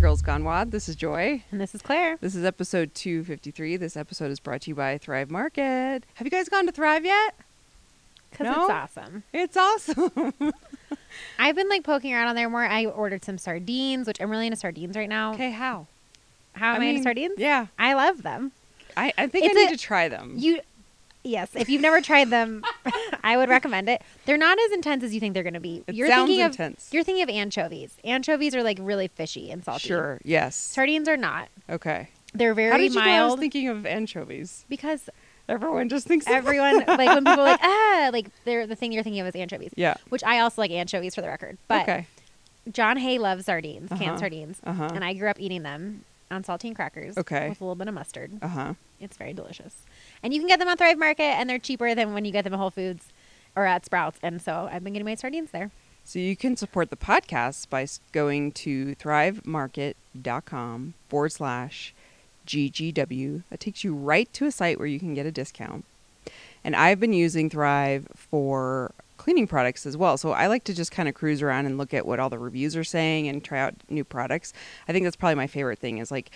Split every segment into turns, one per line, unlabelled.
Pod. This is Joy.
And this is Claire.
This is episode 253. This episode is brought to you by Thrive Market. Have you guys gone to Thrive yet?
Because
No?
it's awesome.
It's
Oh.
awesome.
I've been like poking around on there more. I ordered some sardines, which I'm really into sardines right now.
okay, how?
How am I,
mean,
into sardines?
Yeah.
I love them.
I, I think
It's
I need
a-
to try them.
You, yes. If you've never tried them, I would recommend it. They're not as intense as you think they're going to be.
it
you're
sounds
thinking
intense.
of you're thinking of anchovies. Anchovies are like really fishy and salty.
sure. Yes.
Sardines are not.
okay.
They're very
How did you know I
mild.
was thinking of anchovies?
because
Everyone just thinks.
everyone like when people are like ah like they're the thing you're thinking of is anchovies.
yeah.
Which I also like anchovies for the record. But
okay.
John Hay loves sardines,
Uh-huh.
canned sardines,
Uh-huh.
and I grew up eating them on saltine crackers.
Okay.
with a little bit of mustard.
Uh huh.
It's very delicious, and you can get them on Thrive Market, and they're cheaper than when you get them at Whole Foods or at Sprouts. And so I've been getting my sardines there.
So you can support the podcast by s- going to thrivemarket.com forward slash GGW. That takes you right to a site where you can get a discount. And I've been using Thrive for cleaning products as well. So I like to just kind of cruise around and look at what all the reviews are saying and try out new products. I think that's probably my favorite thing is like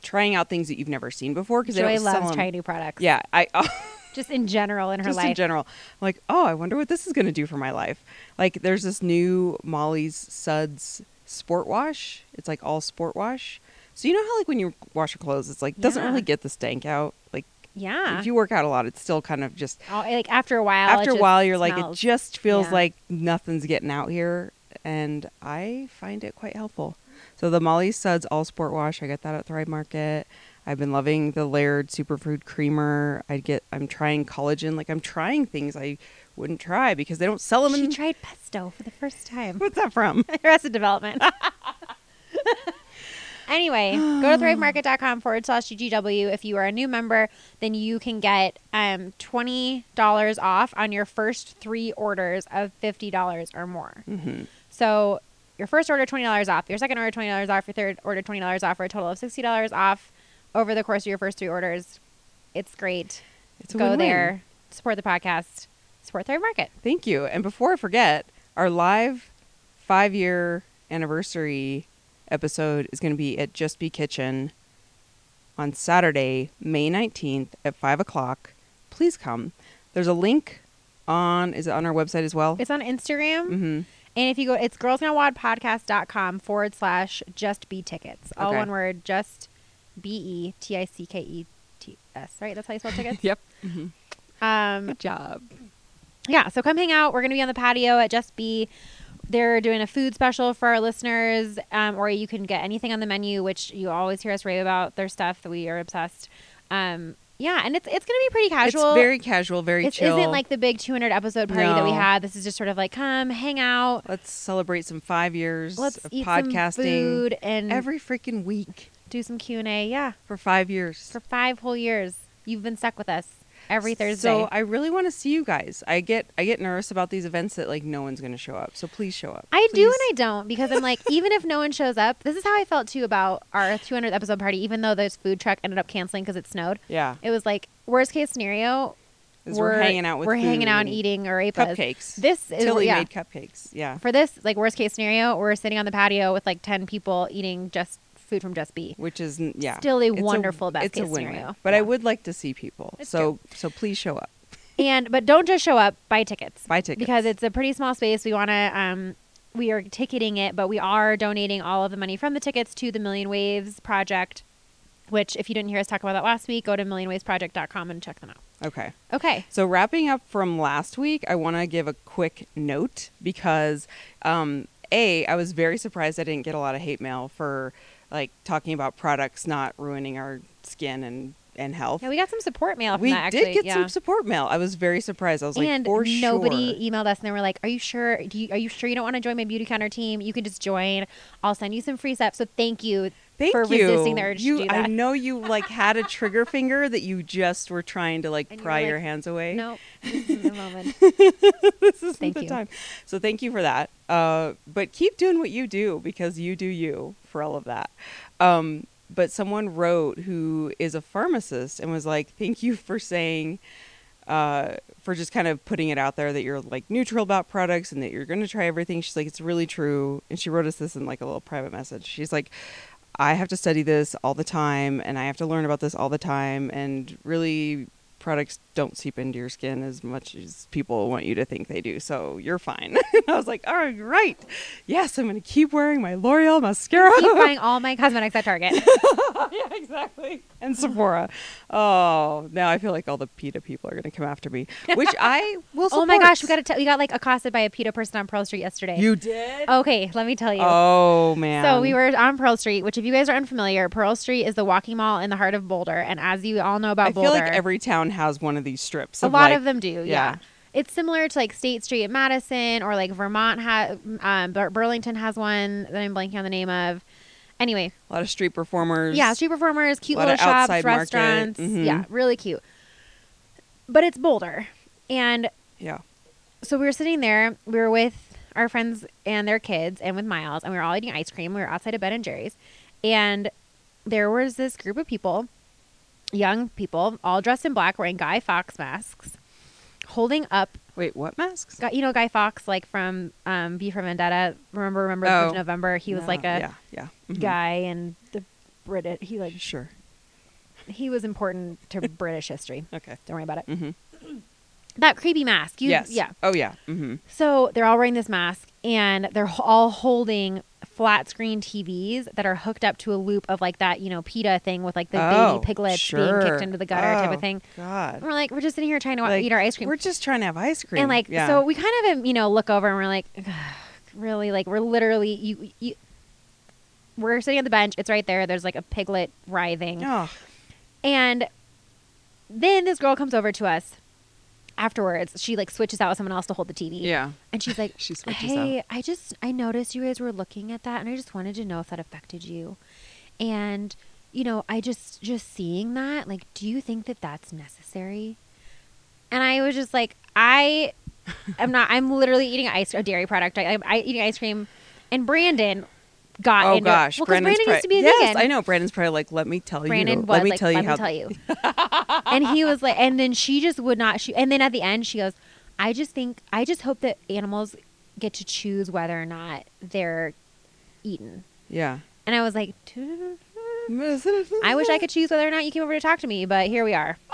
trying out things that you've never seen before because they
Joy
don't sell
loves
them.
trying new products.
Yeah, I oh,
just in general in her
just
life.
in general. I'm like, oh, I wonder what this is going to do for my life. Like, there's this new Molly's Suds Sport Wash. It's like all sport wash. So you know how like when you wash your clothes, it's like doesn't
Yeah.
really get the stank out. Like
yeah.
if you work out a lot, it's still kind of just
All- like after a while, it
after a
just
while you're like it
smells.
just feels
Yeah.
like nothing's getting out here, and I find it quite helpful. So the Molly's Suds All Sport Wash, I got that at Thrive Market. I've been loving the layered superfood creamer. I get I'm trying collagen, like I'm trying things I wouldn't try because they don't sell them.
she
in,
tried pesto for the first time.
what's that from?
Arrested Development. anyway, go to thrivemarket.com forward slash GGW. If you are a new member, then you can get um, $20 off on your first three orders of $50 or more.
Mhm.
So your first order, $20 off. Your second order, $20 off. Your third order, $20 off for a total of $60 off over the course of your first three orders. It's great.
It's a
Go
win-win.
there, support the podcast, support Thrive Market.
Thank you. And before I forget, our live five year anniversary episode is going to be at Just Be Kitchen on Saturday, May 19th at 5 o'clock. Please come. There's a link on, is it on our website as well?
It's on Instagram.
hmm
And if you go, it's girlsnowadpodcast.com forward slash just be tickets. All
Okay.
one word, just B E T I C K E T S. Right? That's how you spell tickets?
Yep.
Um,
Good job.
yeah. So come hang out. We're going to be on the patio at Just Be. They're doing a food special for our listeners, um, or you can get anything on the menu, which you always hear us rave about their stuff. that We are obsessed. Um, yeah. And it's, it's going to be pretty casual.
It's very casual, very
This
chill.
isn't like the big 200 episode party that we
No.
had. This is just sort of like, come hang out.
Let's celebrate some five years
Let's
of
eat
podcasting
some food and
every freaking week
do some Q and A. Yeah,
for five years.
for five whole years, you've been stuck with us every Thursday.
So I really want to see you guys. I get I get nervous about these events that like no one's going to show up. So please show up.
I do and I
Please.
don't because I'm like, even if no one shows up, this is how I felt too about our 200th episode party. Even though this food truck ended up canceling because it snowed,
yeah.
it was like worst case scenario.
'Cause we're hanging out with
we're hanging out
food and
and eating arepas.
Cupcakes.
This is
Tilly
yeah.
made cupcakes. Yeah.
For this like worst case scenario, we're sitting on the patio with like 10 people eating just food from Just Be.
Which is n- yeah.
Still a wonderful best
it's a
case
win-win.
scenario.
But I
Yeah.
would like to see people.
It's
so so please show up.
And but don't just show up. Buy tickets.
Buy tickets.
because it's a pretty small space. We want to, um, we are ticketing it, but we are donating all of the money from the tickets to the Million Waves Project, which, if you didn't hear us talk about that last week, go to millionwavesproject.com and check them out.
Okay.
Okay.
So wrapping up from last week, I want to give a quick note because um, a I was very surprised I didn't get a lot of hate mail for like talking about products not ruining our skin and and health.
Yeah, we got some support mail from
we
that,
did
actually.
get
yeah.
some support mail. I was very surprised. I was like,
and
for
nobody e-
sure.
emailed us, and they were like, "Are you sure? Do you, are you sure you don't want to join my beauty counter team? You can just join. I'll send you some free stuff." So thank you
Thank
for
you.
resisting the urge
you,
to do
I
that.
know you like had a trigger finger that you just were trying to like
And you were
pry your
like,
hands away.
No, this isn't the moment.
this isn't
Thank
the
you.
time. So thank you for that. Uh, but keep doing what you do because you do you for all of that. Um, but someone wrote who is a pharmacist and was like, "Thank you for saying." Uh, for just kind of putting it out there that you're like neutral about products and that you're going to try everything. She's like, it's really true. And she wrote us this in like a little private message. She's like, I have to study this all the time and I have to learn about this all the time. And really, products don't seep into your skin as much as people want you to think they do. So you're fine. and I was like, all right, right. Yes, I'm going to keep wearing my L'Oreal mascara.
Keep buying all my cosmetics at Target.
yeah, exactly. And Sephora. Oh, now I feel like all the PETA people are going to come after me, which I will support.
oh my gosh, we got t- we got like accosted by a PETA person on Pearl Street yesterday.
You did?
okay, let me tell you.
Oh, man.
So we were on Pearl Street, which if you guys are unfamiliar, Pearl Street is the walking mall in the heart of Boulder, and as you all know about
I feel
Boulder,
like every town has one of these strips.
a lot
like-
of them do. Yeah.
yeah.
It's similar to like State Street in Madison or like Vermont ha- um, Bur- Burlington has one that I'm blanking on the name of. Anyway,
A lot of street performers.
yeah, street performers, cute
lot
little
of
shops,
outside market.
restaurants.
Mhm.
Yeah, really cute. But it's Boulder. And
Yeah.
so we were sitting there. We were with our friends and their kids, and with Miles, and we were all eating ice cream. We were outside of Ben and Jerry's, and there was this group of people, young people, all dressed in black, wearing Guy Fox masks, holding up,
Wait, what masks?
Guy- you know, Guy Fox, like from um, V for Vendetta. Remember, remember
Oh.
Fifth November? He was
No,
like a
yeah, yeah. Mhm.
guy and the British. He like
Sure.
he was important to British history.
Okay.
Don't worry about it.
Mm-hmm.
That creepy mask. You,
yes.
Yeah.
Oh yeah. Mm-hmm.
So they're all wearing this mask and they're h- all holding flat screen TVs that are hooked up to a loop of like that, you know, PETA thing with like the
oh,
baby piglets
sure.
being kicked into the gutter type
Oh,
of thing. And
God.
we're like, we're just sitting here trying to wa-
Like,
eat our ice cream.
We're just trying to have ice cream.
and like,
yeah.
so we kind of, um, you know, look over and we're like, really? Like, we're literally, you, you, we're sitting at the bench. It's right there. There's like a piglet writhing.
Oh,
And then this girl comes over to us afterwards. She like switches out with someone else to hold the TV.
yeah.
And she's like,
She switches
"Hey, I just I noticed you guys were looking at that, and I just wanted to know if that affected you, and you know, I just just seeing that, like, do you think that that's necessary?" And I was just like, "I am not. I'm literally eating ice a dairy product. I, I'm I, eating ice cream." And Brandon got
Oh
into
gosh,
it. Well, 'cause
Brandon's
Brandon
probably,
used to be a
yes,
vegan.
I know. Brandon's probably like, let me tell
Brandon
you.
was
let me
like,
tell you
let
how.
me tell you. and he was like, and then she just would not. She and then at the end, she goes, I just think, I just hope that animals get to choose whether or not they're eaten.
Yeah.
And I was like, I wish I could choose whether or not you came over to talk to me, but here we are.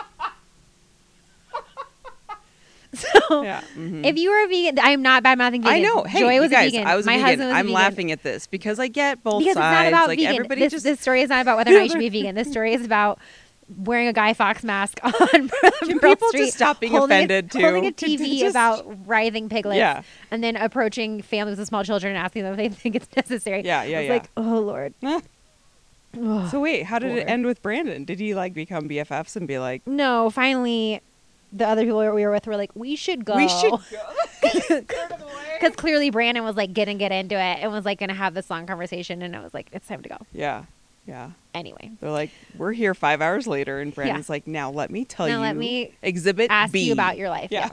So.
Yeah. mhm.
If you were a vegan, I am not bad mouthing vegan.
I know. Hey,
Joy
you
was
guys,
a vegan.
I was a
My
vegan.
husband was a
I'm
vegan.
laughing at this because I get both
because
sides.
it's not about
like
vegan.
everybody
this,
just
this story is not about whether or not you should be vegan. This story is about wearing a Guy Fox mask on Can
people just stop being
holding
offended,
a, Holding a
too?
TV
Just-
about writhing piglets
Yeah.
and then approaching families with small children and asking them if they think it's necessary.
Yeah, yeah,
I was
yeah.
like, oh, Lord. Ugh.
So wait, how did it
Lord.
end with Brandon? Did he like become BFFs and be like,
no, finally, the other people we were with were like, we should go.
we should go?
Because clearly Brandon was like getting get into it and was like going to have this long conversation. And I was like, it's time to go.
Yeah, yeah.
Anyway.
They're like, we're here five hours later, and Brandon's like, now let me tell
Now
you.
let me
exhibit
ask
B.
you about your life.
Yeah.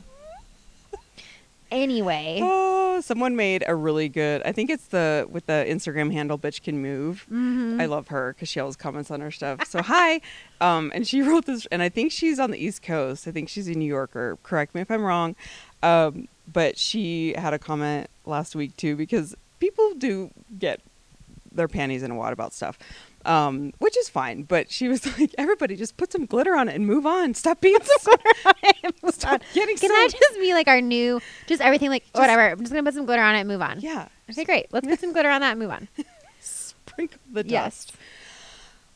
Anyway.
Oh, someone made a really good. I think it's the with the Instagram handle bitch can move.
Mhm.
I love her because she always comments on her stuff. So hi, um, and she wrote this, and I think she's on the East Coast. I think she's a New Yorker. Correct me if I'm wrong, um, but she had a comment last week too because people do get their panties in a wad about stuff, um, which is fine. But she was like, everybody just put some glitter on it and move on. Stop being so. Stop getting
Can
so.
that just be like our new, just everything like whatever? I'm just gonna put some glitter on it and move on.
yeah,
Okay, great. Let's put some glitter on that and move on.
sprinkle the
Yes.
dust.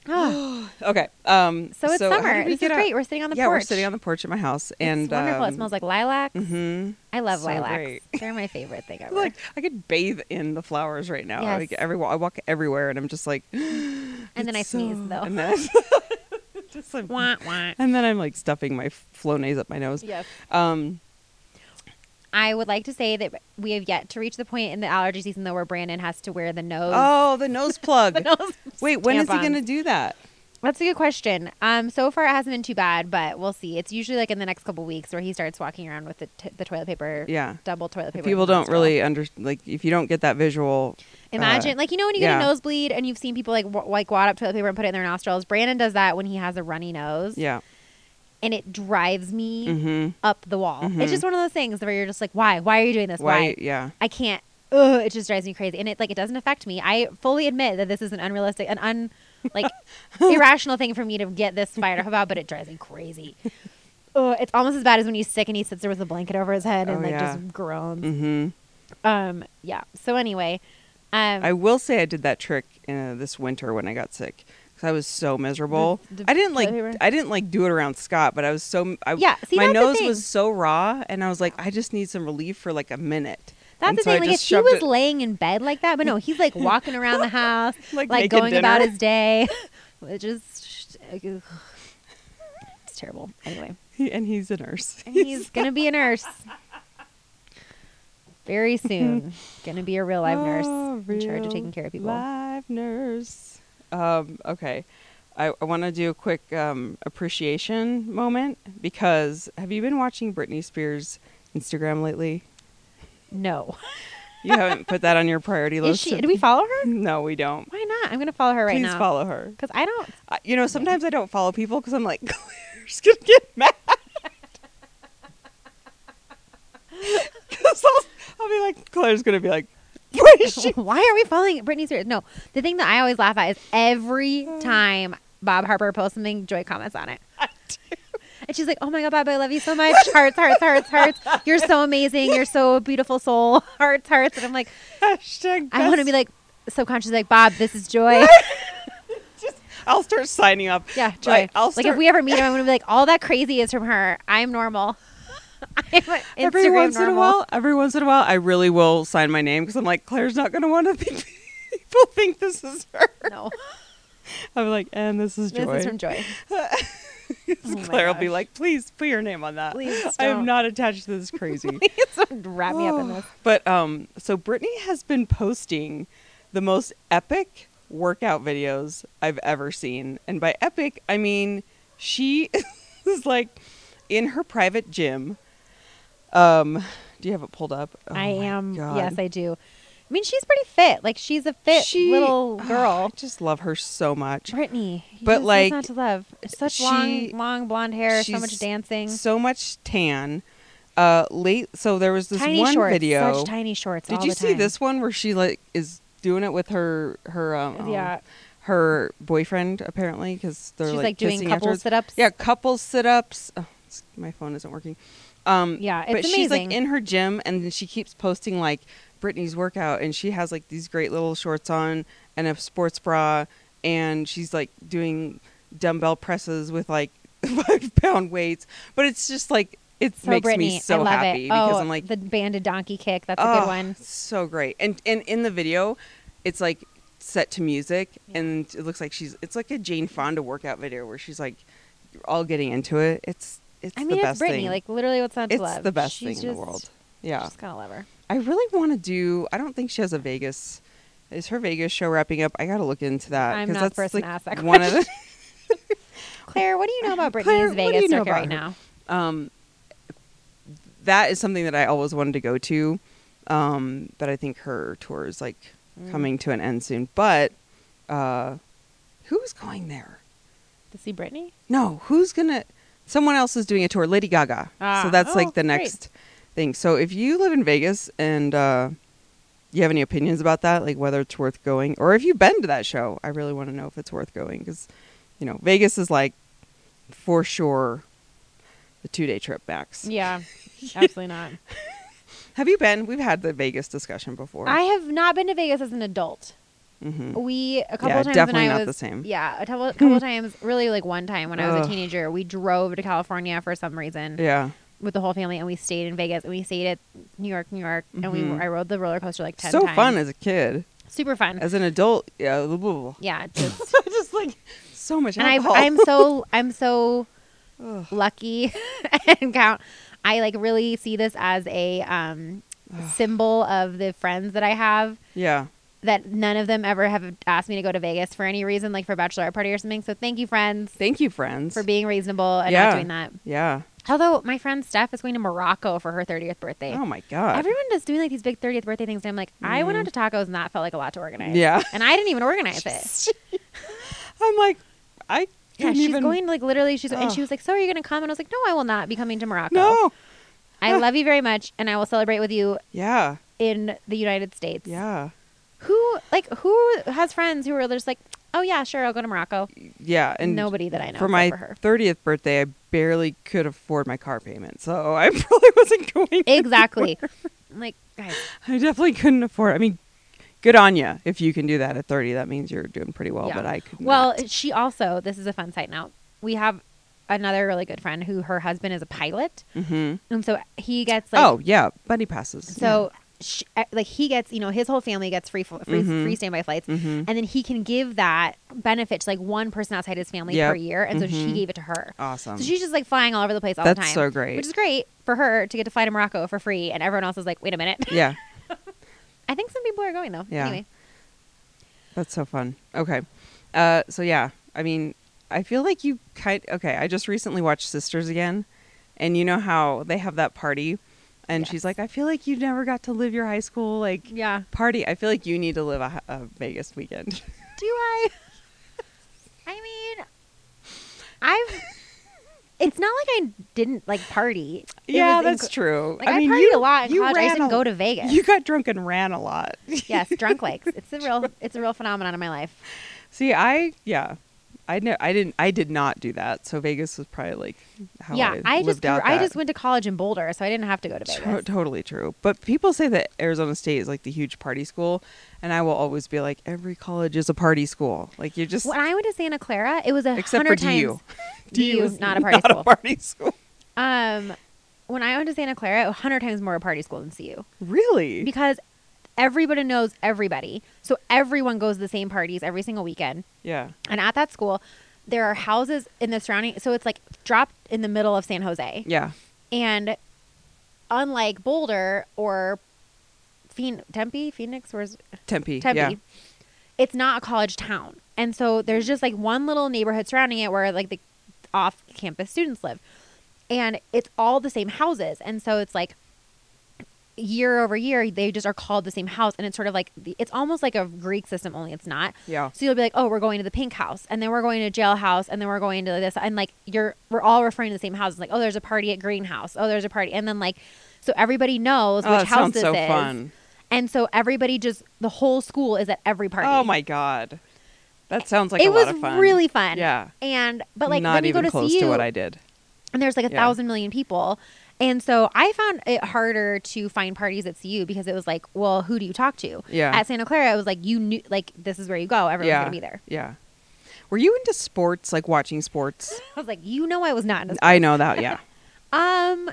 Oh,
Okay. Um,
so it's
how
summer.
did we
This is
get out?
great. We're sitting on the
yeah,
porch.
we're sitting on the porch at my house, and um,
it's wonderful. it smells like lilac.
hmm
I love
so
lilacs.
great.
They're my favorite thing ever.
Like I could bathe in the flowers right now.
Yes.
Like every I walk everywhere, and I'm just like,
and then I
it's so-
sneeze though.
and then, just like-
wah, wah.
and then I'm like stuffing my flonase up my nose.
Yes.
Um,
I would like to say that we have yet to reach the point in the allergy season though where Brandon has to wear the nose.
oh, the nose plug.
the nose
Wait, when is he
tampons.
gonna do that?
That's a good question. Um, so far it hasn't been too bad, but we'll see. It's usually like in the next couple weeks where he starts walking around with the, t- the toilet paper,
Yeah.
double toilet paper.
People don't
nostril.
really under like if you don't get that visual.
imagine, like you know when you get
yeah.
a nosebleed and you've seen people like w- like wad up toilet paper and put it in their nostrils. Brandon does that when he has a runny nose,
Yeah.
and it drives me
Mm-hmm.
up the wall.
Mhm.
It's just one of those things where you're just like, why? Why are you doing this? Why?
Why? Yeah.
I can't. ugh, it just drives me crazy. And it like it doesn't affect me. I fully admit that this is an unrealistic, an un like
Oh.
irrational thing for me to get this fired up about, but it drives me crazy. Ugh, it's almost as bad as when he's sick and he sits there with a blanket over his head and
Oh,
like
yeah.
just groans.
Mm-hmm.
Um, yeah. So anyway, um,
I will say I did that trick uh, this winter when I got sick because I was so miserable.
The- the
I didn't like
toilet paper?
I didn't like do it around Scott, but I was so I,
Yeah, see,
my
that's the
nose
thing.
was so raw, and I was like, I just need some relief for like a minute.
That's
And
the
so I
thing. Like, if
just
he
shoved
was
it-
laying in bed like that, but no, he's like walking around the house,
Like
like,
making
going about
dinner.
his day, which is it's terrible. Anyway,
and he's a nurse.
and he's gonna be a nurse very soon. gonna be a real life nurse
Oh,
in charge
real
of taking care of people.
Live nurse. Um, okay. I, I want to do a quick um, appreciation moment because have you been watching Britney Spears' Instagram lately?
No,
You haven't put that on your priority
is
list.
she? Do we follow her?
No, we don't.
Why not? I'm gonna follow her right
Please
now.
follow her.
Because I don't.
I, you know, sometimes I don't follow people because I'm like, Claire's gonna get mad. Because I'll, I'll be like, Claire's gonna be like, what is she?
Why are we following Britney Spears? No, the thing that I always laugh at is every
Oh.
time Bob Harper posts something, Joy comments on it. And she's like, "Oh my god, Bob, I love you so much. Hearts, hearts, hearts, hearts. You're so amazing. You're so a beautiful soul. Hearts, hearts." And I'm like,
Hashtag
I want to
best-
be like subconscious, like Bob. This is joy.
I'll start signing up.
Yeah, joy.
Like, I'll
like
start,
if we ever meet him, I'm gonna be like, all that crazy is from her. I'm normal. I'm a Instagram
every once
normal.
in a while, every once in a while, I really will sign my name because I'm like, Claire's not gonna want to think people think this is her.
No,
I'm like, and this is Joy.
this is from Joy. Oh my
Claire will be
gosh.
like, please put your name on that.
Please
I am
don't.
not attached to this crazy.
Please wrap me up in this.
But um, so Brittany has been posting the most epic workout videos I've ever seen, and by epic I mean she is like in her private gym. Um, do you have it pulled up? Oh
I
my
am.
God.
Yes, I do. I mean, she's pretty fit. Like she's a fit
She- ah,
little
I
girl.
just love her so much.
Brittany,
But,
who's
like,
not to love such
she-
long, long blonde hair, so much
she's
dancing,
So much tan. Uh, late. So there was this
tiny
one
shorts,
video.
such tiny shorts.
Did
all
you
the
see
time.
this one where she like is doing it with her her um oh,
Yeah.
her boyfriend apparently because they're
She's
like,
like, doing
kissing
couple
afterwards.
sit-ups?
Yeah, couple sit ups. Oh, it's- my phone isn't working. Um,
Yeah,
but
it's
she's like
amazing.
in her gym and then she keeps posting like Britney's workout and she has like these great little shorts on and a sports bra and she's like doing dumbbell presses with like five pound weights. But it's just like it
So
makes
Brittany,
me so
I love
happy
it.
because
oh,
I'm like
the banded donkey kick. That's a
Oh,
good one.
So great. And and in the video, it's like set to music and it looks like she's it's like a Jane Fonda workout video where she's like all getting into it. It's it's
I mean,
the
it's
best
Brittany.
thing.
Like literally, what's not to
it's
love?
the best
She's
thing in the
just-
world. Yeah.
Just gonna love her.
I really want to do I don't think she has a Vegas is her Vegas show wrapping up? I got to look into that
I'm
'cause
not the
that's
person to
like
ask that
one of the
Claire, what do you know about Brittany's
Claire, what do
Vegas
you know
circuit
about
right
her?
now?
um, that is something that I always wanted to go to. Um, but I think her tour is like
Mm.
coming to an end soon. But uh, who's going there?
To see Brittany?
No, who's gonna? Someone else is doing a tour. Lady Gaga. so
Ah,
that's
oh,
like the
great.
next thing. So if you live in Vegas and uh, you have any opinions about that, like whether it's worth going, or if you've been to that show, I really want to know if it's worth going because, you know, Vegas is like for sure the two day trip max.
Yeah, absolutely not.
Have you been? We've had the Vegas discussion before.
I have not been to Vegas as an adult.
hmm
We a couple
Yeah,
times when
definitely
I
not
was,
the same.
Yeah, a couple, couple times, really like one time when I was
Ugh.
a teenager, we drove to California for some reason
Yeah.
with the whole family, and we stayed in Vegas and we stayed at New York, New York, and we
Mhm.
I rode the roller coaster like ten
So
times.
fun as a kid.
super fun.
As an adult, yeah. blah, blah, blah.
yeah, just
Just like so much
and I
alcohol.
I'm so I'm so
Ugh.
lucky and count. I like really see this as a um, symbol of the friends that I have
yeah.
that none of them ever have asked me to go to Vegas for any reason, like for a bachelorette party or something. So thank you, friends,
Thank you, friends.
for being reasonable and
Yeah.
not doing that.
yeah.
Although my friend Steph is going to Morocco for her 30th birthday.
Oh my god.
Everyone is doing like these big 30th birthday things. And I'm like, I went out to tacos and that felt like a lot to organize.
Yeah.
And I didn't even organize it.
I'm like, I
Yeah,
can't
she's
even.
going like literally. She's and
Ugh.
she was like, "So are you going to come?" And I was like, "No, I will not be coming to Morocco.
no.
I love you very much, and I will celebrate with you
Yeah.
in the United States.
Yeah.
Who like who has friends who are just like, oh yeah, sure, I'll go to Morocco.
Yeah. And
Nobody that I know
for
except
my
for her.
30th birthday, I barely could afford my car payment. So I probably wasn't going.
Exactly. I'm like, guys,
I definitely couldn't afford I mean, good on you. If you can do that at 30, that means you're doing pretty well.
Yeah.
But I could
Well,
not.
she also, this is a fun side note. We have another really good friend who her husband is a pilot.
Mhm.
And so he gets like
oh, yeah. Buddy passes.
so sh eh, like he gets, you know, his whole family gets free fl- free,
Mhm.
free standby flights.
Mhm.
And then he can give that benefit to like one person outside his family
Yep.
per year. And so she
Mhm.
gave it to her.
awesome.
So she's just like flying all over the place all the
That's
time.
so great.
Which is great for her to get to fly to Morocco for free. And everyone else is like, wait a minute.
yeah.
I think some people are going though.
Yeah.
Anyway.
That's so fun. Okay. Uh, so yeah, I mean, I feel like you kind. Okay, I just recently watched Sisters again, and you know how they have that party, and she's
Yes.
like, I feel like you never got to live your high school like
Yeah.
party. I feel like you need to live a, a Vegas weekend.
Do I? I mean, I've. It's not like I didn't like party. It
yeah,
was
that's
inc-
true.
Like I, partied a lot in college. I just
ran
didn't
a-
go to Vegas.
You got drunk and ran a lot.
yes, drunk legs. It's a real. It's a real phenomenon in my life.
See, I yeah. I know I didn't I did not do that. So Vegas was probably like how
yeah,
I,
I,
lived
just. Grew,
out
I
that.
just went to college in Boulder, so I didn't have to go to Vegas.
Tro- totally true. But people say that Arizona State is like the huge party school, and I will always be like, every college is a party school. Like you're just
When I went to Santa Clara, it was a
except for
hundred times.
DU.
DU
is
not a party
not
school.
a party school.
Um, when I went to Santa Clara, a hundred times more a party school than CU.
Really?
because everybody knows everybody. So everyone goes to the same parties every single weekend.
yeah.
And at that school, there are houses in the surrounding. So it's like dropped in the middle of San Jose.
Yeah.
And unlike Boulder or Phoen- Tempe, Phoenix, where's
Tempe.
Tempe,
Yeah.
it's not a college town. And so there's just like one little neighborhood surrounding it where like the off campus students live. And it's all the same houses. And so it's like year over year, they just are called the same house. And it's sort of like, the, it's almost like a Greek system, only it's not.
Yeah.
So you'll be like, oh, we're going to the pink house, and then we're going to jail house, and then we're going to this, and like you're we're all referring to the same houses. Like, oh, there's a party at Green House. Oh, there's a party, and then like, so everybody knows
Oh,
which
that
house
sounds
this
so
is,
fun.
and so everybody just the whole school is at every party.
Oh my god, that sounds like
it
a
was
lot of fun.
really fun.
Yeah.
and but like
not
then you
even
go to
close
CU,
to what I did.
and there's like a
Yeah.
thousand million people. And so I found it harder to find parties at CU because it was like, well, who do you talk to?
Yeah.
At Santa Clara, it was like you knew, like this is where you go. Everyone's
yeah.
gonna be there.
Yeah. Were you into sports? Like watching sports?
I was like, you know, I was not in a
I know that. Yeah.
Um,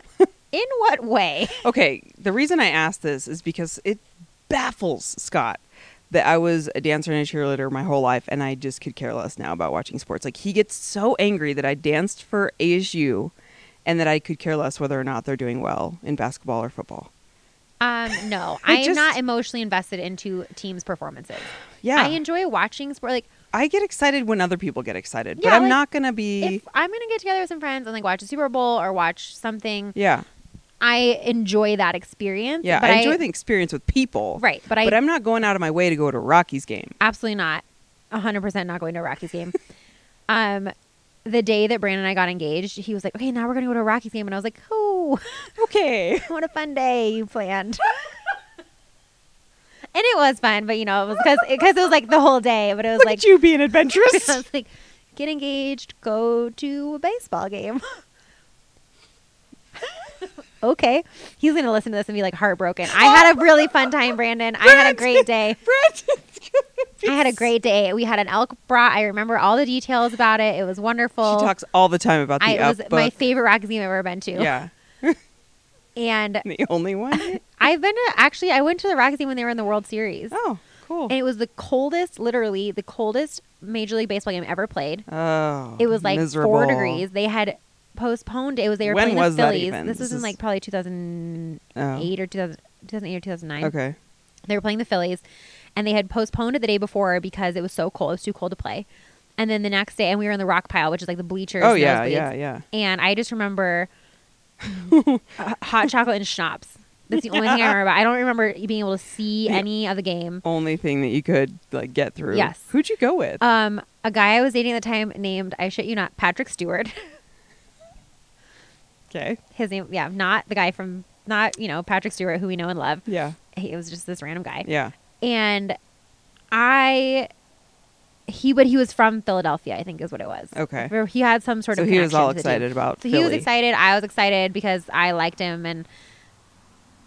in what way?
Okay, the reason I asked this is because it baffles Scott that I was a dancer and a cheerleader my whole life, and I just could care less now about watching sports. Like, he gets so angry that I danced for ASU and that I could care less whether or not they're doing well in basketball or football.
Um, no, I am
just-
not emotionally invested into teams' performances.
Yeah.
I enjoy watching sport. Like,
I get excited when other people get excited, but
Yeah,
I'm
like,
not going to be.
if I'm gonna get together with some friends and like watch a Super Bowl or watch something,
yeah.
I enjoy that experience.
Yeah.
but
I enjoy the experience with people.
right, but I
But I'm not going out of my way to go to a Rockies game.
absolutely not, hundred percent not going to a Rockies game. um, the day that Brandon and I got engaged, he was like, "Okay, now we're gonna go to a Rockies game," and I was like, "Oh,
Okay.
what a fun day you planned." And it was fun, but you know, it was because it was like the whole day, but it was
Look
like
at you being
I
adventurous.
was like, get engaged, go to a baseball game. okay. He's going to listen to this and be like heartbroken. I had a really fun time, Brandon. I had a great day. I had a great day. We had an elk brat. I remember all the details about it. It was wonderful.
She talks all the time about the
I it
up
was my
book.
favorite rock museum I've ever been to.
Yeah,
And
the only one.
I've been to, actually, I went to the rock museum when they were in the World Series.
oh, cool.
And it was the coldest, literally the coldest Major League Baseball game ever played.
oh,
It was like
miserable.
four degrees. They had postponed. It was they were
When
playing
was
the
that
Phillies.
even?
This,
This
was in
is-
like probably 2008
Oh.
or 2000, 2008 or 2009.
Okay.
They were playing the Phillies, and they had postponed it the day before because it was so cold. It was too cold to play. And then the next day, and we were in the rock pile, which is like the bleachers.
Oh yeah,
nosebleeds.
yeah, yeah.
And I just remember uh, hot chocolate and schnapps. That's the only thing I remember. I don't remember being able to see any of the game.
Only thing that you could like get through.
Yes.
Who'd you go with?
Um, a guy I was dating at the time named I shit you not Patrick Stewart.
okay.
his name yeah not the guy from not you know patrick stewart who we know and love
Yeah.
He was just this random guy.
Yeah.
And I he but he was from Philadelphia, I think is what it was.
Okay.
Where he had some sort
So
of
he was
connection
all
to the team.
excited about.
So he was
Philly.
excited, I was excited because I liked him and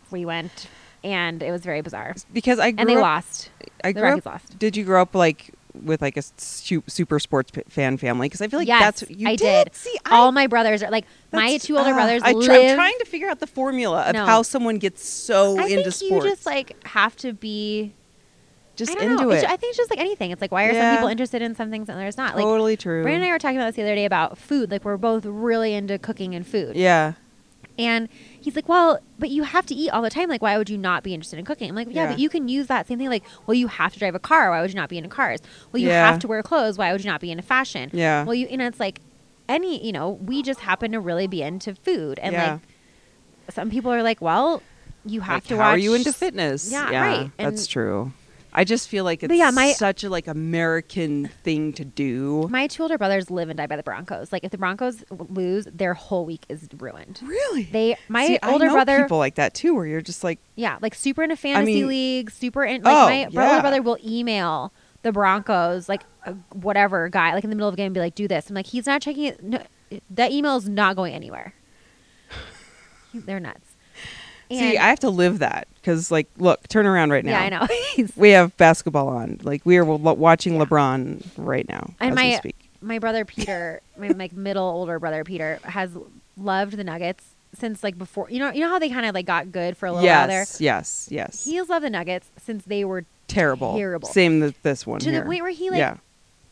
we went and it was very bizarre.
because I grew
And they
up,
lost.
I
the
grew up,
Rockies lost.
Did you grow up like with like a su- super sports p- fan family? Because I feel like
yes,
that's what you
I did.
See, I,
all my brothers are like my
that's-
two older
ah,
brothers
I
live
am trying to figure out the formula of
No.
how someone gets so
I
into
think
sports.
you just like have to be
Just
I don't
into
know. It's-
it.
I think it's just like anything. It's like why are
Yeah.
some people interested in some things and others not? Like
totally true.
Brandon and I were talking about this the other day about food. Like we're both really into cooking and food.
yeah.
And he's like, well, but you have to eat all the time. Like, why would you not be interested in cooking? I'm like, yeah,
Yeah.
but you can use that same thing. Like, well, you have to drive a car. Why would you not be into cars? Well, you
Yeah.
have to wear clothes. Why would you not be into fashion?
Yeah.
Well, you, you know, it's like any, you know, we just happen to really be into food. And
Yeah.
like, some people are like, well, you have
Like,
to
how
watch.
are you into fitness?
Yeah, right.
That's
And-
true. I just feel like it's
But yeah, my-
such a like American thing to do.
My two older brothers live and die by the Broncos. Like, if the Broncos lose, their whole week is ruined.
really?
They, my
See,
older
I know
brother,
people like that too, where you're just like,
Yeah, like super into fantasy
mean-
league, super in
Oh,
like my brother
yeah.
brother will email the Broncos like uh, whatever guy like in the middle of a game and be like do this. I'm like he's not checking it. No, that email's not going anywhere. He- They're nuts.
see, I have to live that because, like, look, turn around right now.
yeah, I know. He's-
We have basketball on. Like, we are wa- watching LeBron right now
And
as we
my-
speak.
my brother Peter, my like middle older brother Peter has loved the Nuggets since like before. You know, you know how they kind of like got good for a little while there.
Yes, yes, yes.
He has loved the Nuggets since they were
terrible.
terrible.
Same that this one
to
here.
the point where he like
yeah.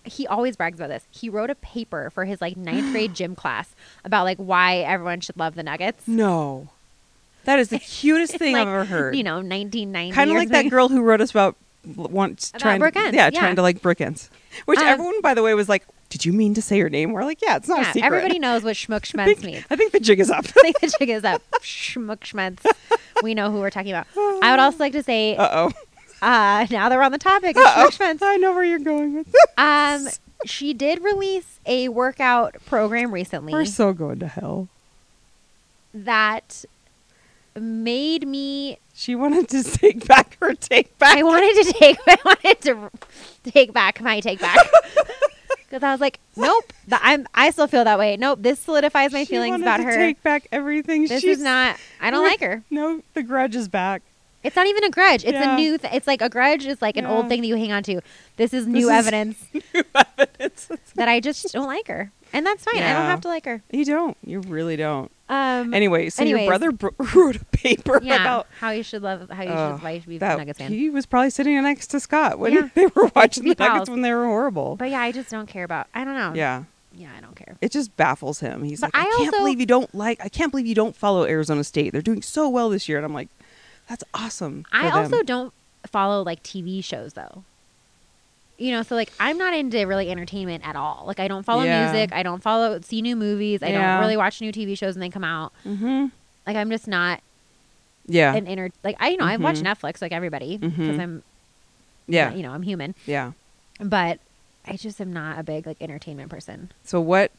he always brags about this. He wrote a paper for his like ninth grade gym class about like why everyone should love the Nuggets.
No, that is the cutest
It's
thing
like,
I've ever heard.
You know, 1990.
kind of
or
like that
something.
girl who wrote us about l- once
About
trying
Brooke
to
Ends,
yeah,
yeah.
trying to like Brooke Ends. which
Um,
everyone by the way was like did you mean to say her name we're like yeah it's not a
Yeah,
secret
everybody knows what schmuck
I
schmutz means.
think, I think the jig is up
I think the chick is up. Schmuck schmutz. We know who we're talking about. I would also like to say, uh,
uh-oh
now that we're on the topic of schmuck schmutz,
I know where you're going with
um, she did release a workout program recently.
we're so going to hell
that made me
she wanted to take back her take back
I wanted to take I wanted to take back my take back because I was like, nope, th- I'm I still feel that way. Nope, this solidifies my
She
feelings
wanted
about
to
her.
take back everything
this
She's-
is not. I don't
we-
like her.
no the grudge is back
It's not even a grudge. It's
Yeah.
a new. Th- it's like a grudge is like an
Yeah.
old thing that you hang on to. This is
is-
new evidence
It's-
that I just don't like her, and that's fine. I don't
Yeah.
have to like her.
you don't you really don't
Um.
anyway so
anyways.
your brother br- wrote a paper
yeah,
about
how you should love, how you
Oh,
should, why you should be
that-
a Nuggets fan.
He was probably sitting next to Scott when
Yeah.
they were watching
be
the Nuggets
pals.
when they were horrible.
But yeah, I just don't care about. I don't know.
yeah,
Yeah, I don't care.
it just baffles him. He's
But
like, I,
I
can't
also-
believe you don't like. I can't believe you don't follow Arizona State. They're doing so well this year, and I'm like, that's awesome. for
I
them."
also don't follow like TV shows though. You know, so like I'm not into really entertainment at all. Like I don't follow
Yeah.
music, I don't follow see new movies, I
Yeah.
don't really watch new TV shows when they come out.
Mhm.
Like I'm just not
Yeah,
an inner like I you know I watch
Mhm.
Netflix like everybody because
Mhm.
I'm
yeah,
you know I'm human,
yeah.
but I just am not a big like entertainment person.
So what?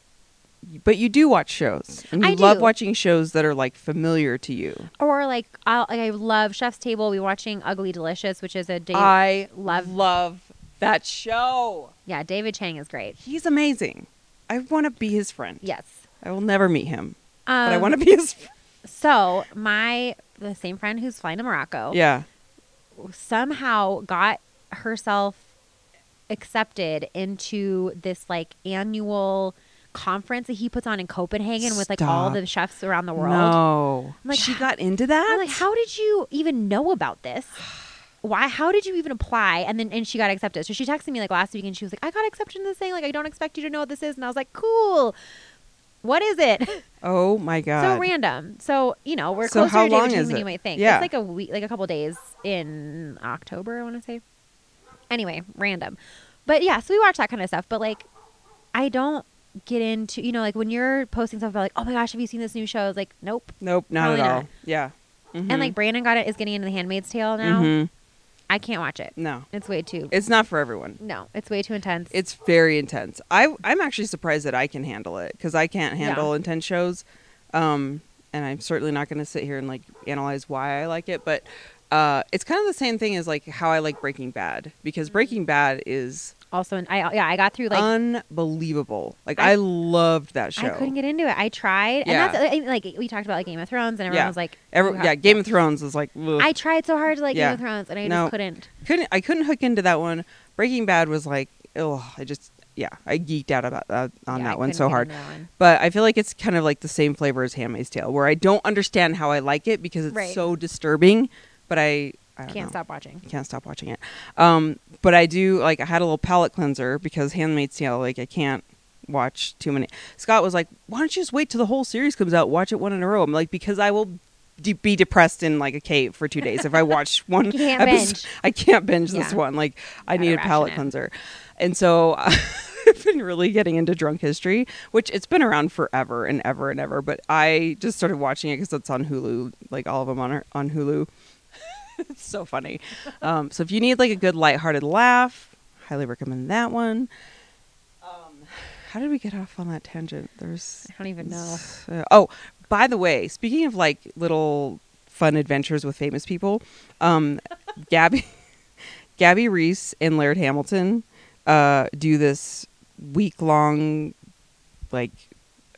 But you do watch shows, and you
I
love
do.
watching shows that are like familiar to you.
Or like I like I love Chef's Table. We watching Ugly Delicious, which is a Dave.
I
love-
love that show.
yeah, David Chang is great.
He's amazing. I want to be his friend.
Yes.
I will never meet him,
Um,
but I want to be his. Friend.
So my the same friend who's flying to Morocco.
Yeah.
somehow got herself accepted into this like annual conference that he puts on in Copenhagen with like all
Stop.
the chefs around the world. Oh
No.
I'm like,
she
"How-
got into that?
I'm like, how did you even know about this? Why? How did you even apply? And then and she got accepted. So she texted me like last week and she was like, I got accepted in this thing. Like I don't expect you to know what this is. And I was like, cool. What is it?
oh my god.
So random. So you know we're
So
closer
how
to David
long
Chang
is
than you
it?
might think.
Yeah.
It's like a week, like a couple days in October. I want to say. Anyway, random, but yeah. So we watch that kind of stuff. But like, I don't get into you know like when you're posting stuff about like oh my gosh have you seen this new show? It's like nope.
nope, not at
Probably
all.
not.
Yeah. Mhm.
And like Brandon got it is getting into The Handmaid's Tale now.
Mhm.
I can't watch it.
no.
It's way too.
It's not for everyone.
no, it's way too intense.
Mm. It's very intense. I I'm actually surprised that I can handle it cuz I can't handle intense shows. Um and I'm certainly not going to sit here and like analyze why I like it, but uh, it's kind of the same thing as like how I like Breaking Bad because
Mm-hmm.
Breaking Bad is
Also, and I yeah, I got through like
unbelievable. Like I,
I-
loved that show.
I couldn't get into it. I tried,
Yeah.
and that's I- like we talked about like Game of Thrones, and everyone
Yeah.
was like,
Every,
"You
yeah,
have-
Game of Thrones is like ugh.
I tried so hard to like
Yeah.
Game of Thrones, and I
No.
just couldn't.
couldn't I couldn't hook into that one. Breaking Bad was like oh I just yeah I geeked out about that on
Yeah, I
that one
couldn't
so
get
hard.
into that one.
But I feel like it's kind of like the same flavor as Handmaid's Tale, where I don't understand how I like it because it's
Right.
so disturbing. But I, I don't
Can't
know.
stop watching.
can't stop watching it. Um, but I do like I had a little palate cleanser because Handmaid's Tale like I can't watch too many. Scott was like, "Why don't you just wait till the whole series comes out, watch it one in a row?" I'm like, "Because I will de- be depressed in like a cave for two days if I watch one.
Can't binge.
I can't binge this
Yeah.
one. Like I
Gotta
need a
ration
palate
it.
cleanser, and so." I've been really getting into drunk history, which it's been around forever and ever and ever. But I just started watching it because it's on Hulu, like all of them on our, on Hulu. it's so funny. Um, so if you need like a good lighthearted laugh, highly recommend that one. Um, how did we get off on that tangent? There's
I don't even know.
uh, oh, by the way, speaking of like little fun adventures with famous people, um, Gabby, Gabby Reese and Laird Hamilton uh, do this week long, like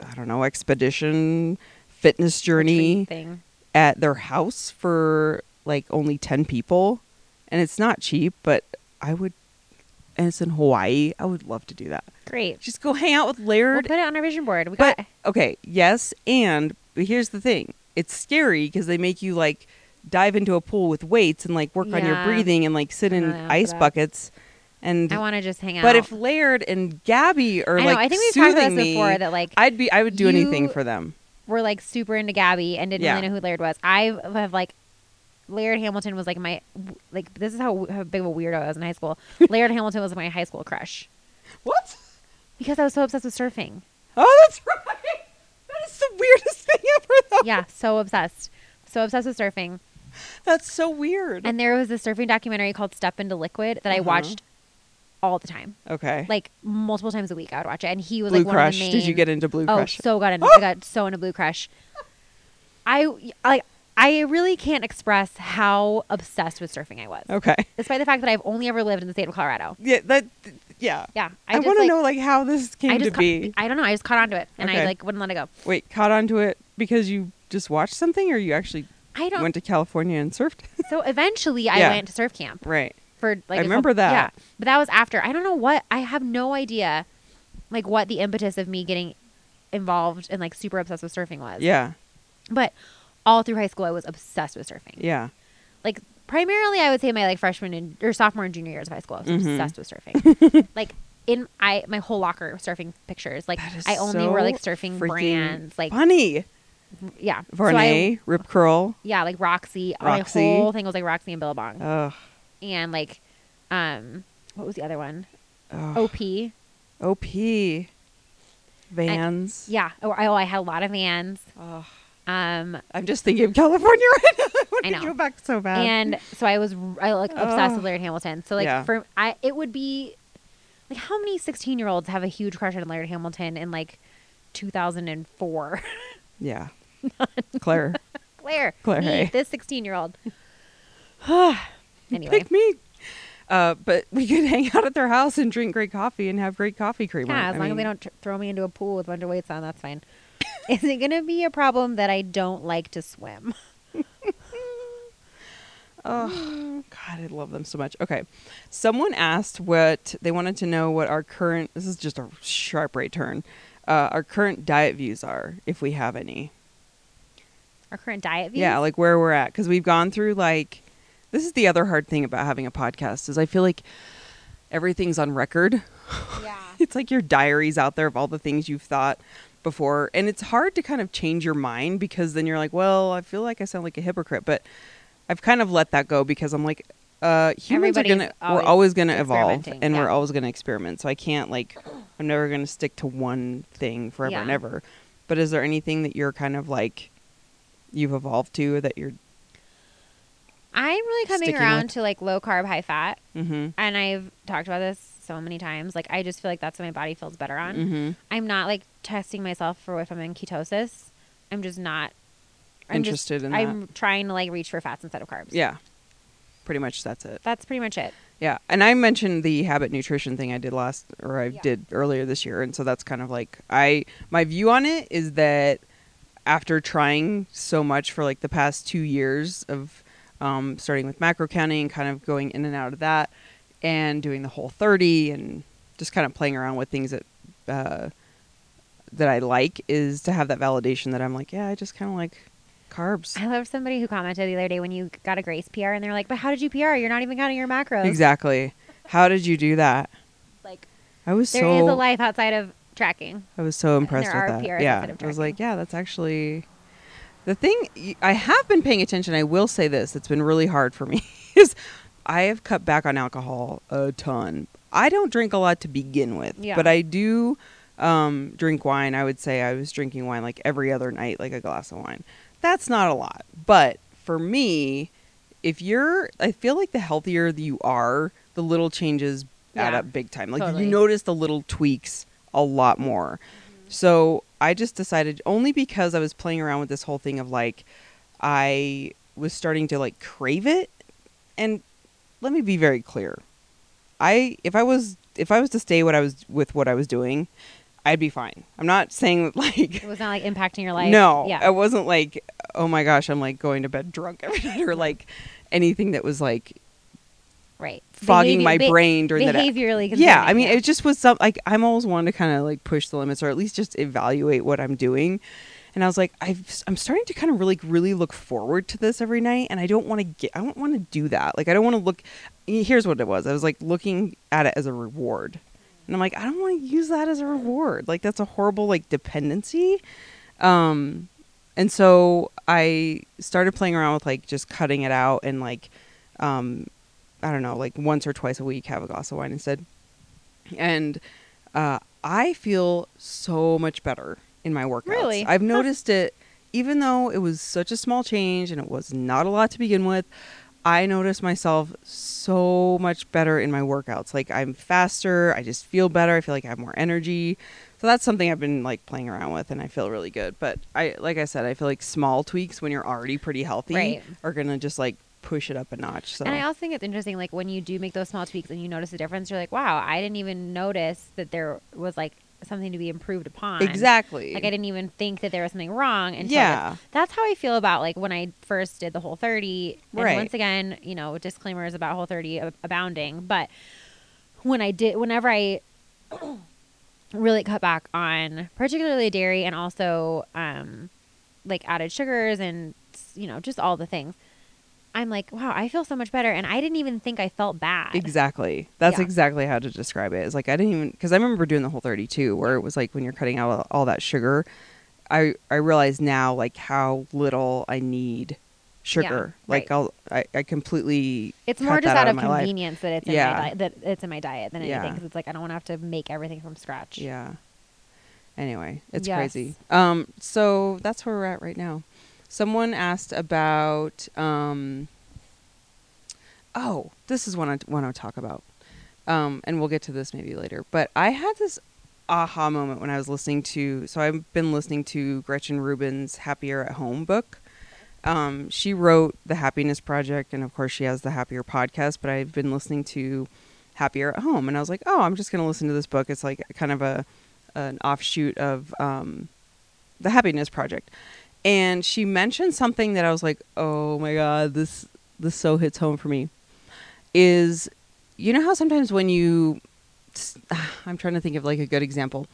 I don't know, expedition fitness journey
Retreat thing.
at their house for like only 10 people and it's not cheap but i would and it's in hawaii i would love to do that
Great.
just go hang out with
We'll
laird
put it on our vision board. We
but
got
okay yes and but here's the thing it's scary because they make you like dive into a pool with weights and like work on your
Yeah.
breathing and like sit
I
in
don't know
ice
about that.
buckets and
I want to just hang out.
but if laird and gabby are
I know,
like
I think we've talked about
soothing
this
me,
before that like
i'd be i would do anything
you-
for them
we're like super into Gabby and didn't
Yeah.
really know who Laird was. I have like Laird Hamilton was like my like this is how, how big of a weirdo I was in high school. Laird Hamilton was my high school crush
what
because I was so obsessed with surfing.
Oh, that's right. That is the weirdest thing ever. Though.
Yeah, so obsessed. So obsessed with surfing.
That's so weird.
And there was this surfing documentary called Step into Liquid that I
Uh-huh.
watched all the time.
okay.
Like multiple times a week I would watch it and he was
Blue
like one
Crush.
of the main
Did you get into Blue
Oh,
Crush?
so got into I got so into Blue Crush. I like I really can't express how obsessed with surfing I was.
okay.
despite the fact that I've only ever lived in the state of Colorado.
Yeah. That. Yeah.
Yeah,
I,
just,
want to
like,
know like how this came
I
to
just ca-
be.
I don't know. I just caught onto it, and
Okay.
I like wouldn't let it go.
Wait, caught onto it because you just watched something, or you actually
I don't.
went to California and surfed?
so eventually, I
Yeah.
went to surf camp
right.
for like. a couple-
remember that.
Yeah, but that was after. I don't know what. I have no idea, like what the impetus of me getting involved and like super obsessed with surfing was.
Yeah.
But all through high school, I was obsessed with surfing.
Yeah.
like primarily I would say my like freshman and or sophomore and junior years of high school I was
Mhm.
obsessed with surfing. like in I my whole locker of surfing pictures. Like
That is
I only
so
wore like surfing
freaking
brands. Like
Funny.
yeah. So I-
Varney, Rip Curl.
yeah, like Roxy.
Roxy. Uh.
My whole thing was like Roxy and Billabong.
Ugh.
and like um what was the other one?
Ugh.
OP. Yeah.
Op. Vans.
Oh, I, oh, I had a lot of vans.
Ugh.
Um
I'm just thinking of California right now. I want
I
to
know.
go back so bad.
and so I was r- I like obsessed
Um,
with
Oh.
Laird Hamilton. So like
Yeah.
for I it would be like how many 16 year olds have a huge crush on Laird Hamilton in like 2004?
yeah. Claire.
Claire,
Claire,
me,
hey.
this 16 year old. anyway,
Pick me. Uh, but we could hang out at their house and drink great coffee and have great coffee creamer.
yeah,
I
as long as they
mean,
don't tr- throw me into a pool with a bunch of weights on, that's fine. Is it going to be a problem that I don't like to swim?
Oh, God, I love them so much. Okay. Someone asked what they wanted to know what our current, this is just a sharp right turn, uh, our current diet views are, if we have any.
Our current diet views?
Yeah, like where we're at. Because we've gone through like, this is the other hard thing about having a podcast is I feel like everything's on record.
yeah.
it's like your diaries out there of all the things you've thought before and it's hard to kind of change your mind because then you're like well i feel like i sound like a hypocrite but i've kind of let that go because i'm like uh humans are
Everybody's
gonna
always
we're always gonna evolve
experimenting,
and we're
yeah.
always gonna experiment so i can't like i'm never gonna stick to one thing forever
Yeah.
and ever but is there anything that you're kind of like you've evolved to that you're
I'm really coming
Sticking
around
with-
to like low carb, high fat.
mm-hmm
and I've talked about this so many times. Like, I just feel like that's what my body feels better on.
mm-hmm
I'm not like testing myself for if I'm in ketosis. I'm just not I'm just-
interested in that
I'm trying to like reach for fats instead of carbs.
yeah pretty much that's it.
That's pretty much it.
Yeah, and I mentioned the habit nutrition thing I did last or I
Yeah.
did earlier this year, and so that's kind of like I my view on it is that after trying so much for like the past two years of um, starting with macro counting and kind of going in and out of that, and doing the whole thirty and just kind of playing around with things that uh, that I like is to have that validation that I'm like, yeah, I just kind of like carbs.
I love somebody who commented the other day when you got a grace PR and they're like, but how did you PR? You're not even counting your macros.
Exactly. How did you do that?
Like,
I was
there is
so
a life outside of tracking.
I was so impressed
there
with
are
that.
peers
yeah,
instead of
I was
tracking.
like, yeah, that's actually the thing. y- I have been paying attention. I will say this: it's been really hard for me. Is I have cut back on alcohol a ton. I don't drink a lot to begin with,
Yeah.
but I do um, drink wine. I would say I was drinking wine like every other night, like a glass of wine. That's not a lot, but for me, if you're, I feel like the healthier that you are, the little changes add
Yeah.
up big time. Like
Totally.
you
Mm-hmm.
notice the little tweaks a lot more. So I just decided only because I was playing around with this whole thing of like I was starting to like crave it and let me be very clear. I if I was if I was to stay what I was with what I was doing, I'd be fine. I'm not saying that like
It was not like impacting your life.
no, Uh,
Yeah.
it wasn't like, oh my gosh, I'm like going to bed drunk every night, or like anything that was like
right.
fogging
Behavior-
my
be-
brain during the day.
Behaviorally.
Yeah, I
concerning,
mean, it just was some like I'm always wanting to kind of like push the limits, or at least just evaluate what I'm doing. And I was like, I've, I'm starting to kind of really, really look forward to this every night, and I don't want to get, I don't want to do that. Like, I don't want to look. Here's what it was: I was like looking at it as a reward, and I'm like, I don't want to use that as a reward. Like, that's a horrible like dependency. Um, and so I started playing around with like just cutting it out and like, um, I don't know, like once or twice a week have a glass of wine instead. And uh, I feel so much better in my workouts.
Really?
I've noticed it, even though it was such a small change and it was not a lot to begin with. I notice myself so much better in my workouts. Like I'm faster, I just feel better, I feel like I have more energy. So that's something I've been like playing around with and I feel really good. But I like I said, I feel like small tweaks when you're already pretty healthy
Right.
are going to just like push it up a notch. So
And I also think it's interesting, like when you do make those small tweaks and you notice the difference, you're like, wow, I didn't even notice that there was like something to be improved upon.
Exactly.
Like I didn't even think that there was something wrong. Until
Yeah.
That's how I feel about like when I first did the Whole 30. And
Right.
once again, you know, disclaimers about Whole 30 abounding, but when I did, whenever I really cut back on particularly dairy and also um, like added sugars and you know just all the things. I'm like, wow, I feel so much better, and I didn't even think I felt bad.
Exactly. That's
Yeah.
exactly how to describe it. It's like I didn't even because I remember doing the whole 32 where it was like when you're cutting out all- all that sugar, I I realize now like how little I need sugar. like
right.
I'll I, I completely
It's
cut
more just
that
out of
my life.
convenience that it's in
Yeah.
my di- that it's in my diet than anything
Yeah.
'cause it's like I don't want to have to make everything from scratch.
Yeah. Anyway, it's
Yes.
crazy. Um, so that's where we're at right now. Someone asked about. Um, oh, this is one I want to talk about, um, and we'll get to this maybe later. But I had this aha moment when I was listening to. So I've been listening to Gretchen Rubin's "Happier at Home" book. Um, she wrote the Happiness Project, and of course, she has the Happier podcast. But I've been listening to Happier at Home, and I was like, oh, I'm just going to listen to this book. It's like kind of a an offshoot of um, the Happiness Project, and she mentioned something that I was like, oh my god, this this so hits home for me. Is you know how sometimes when you I'm trying to think of like a good example.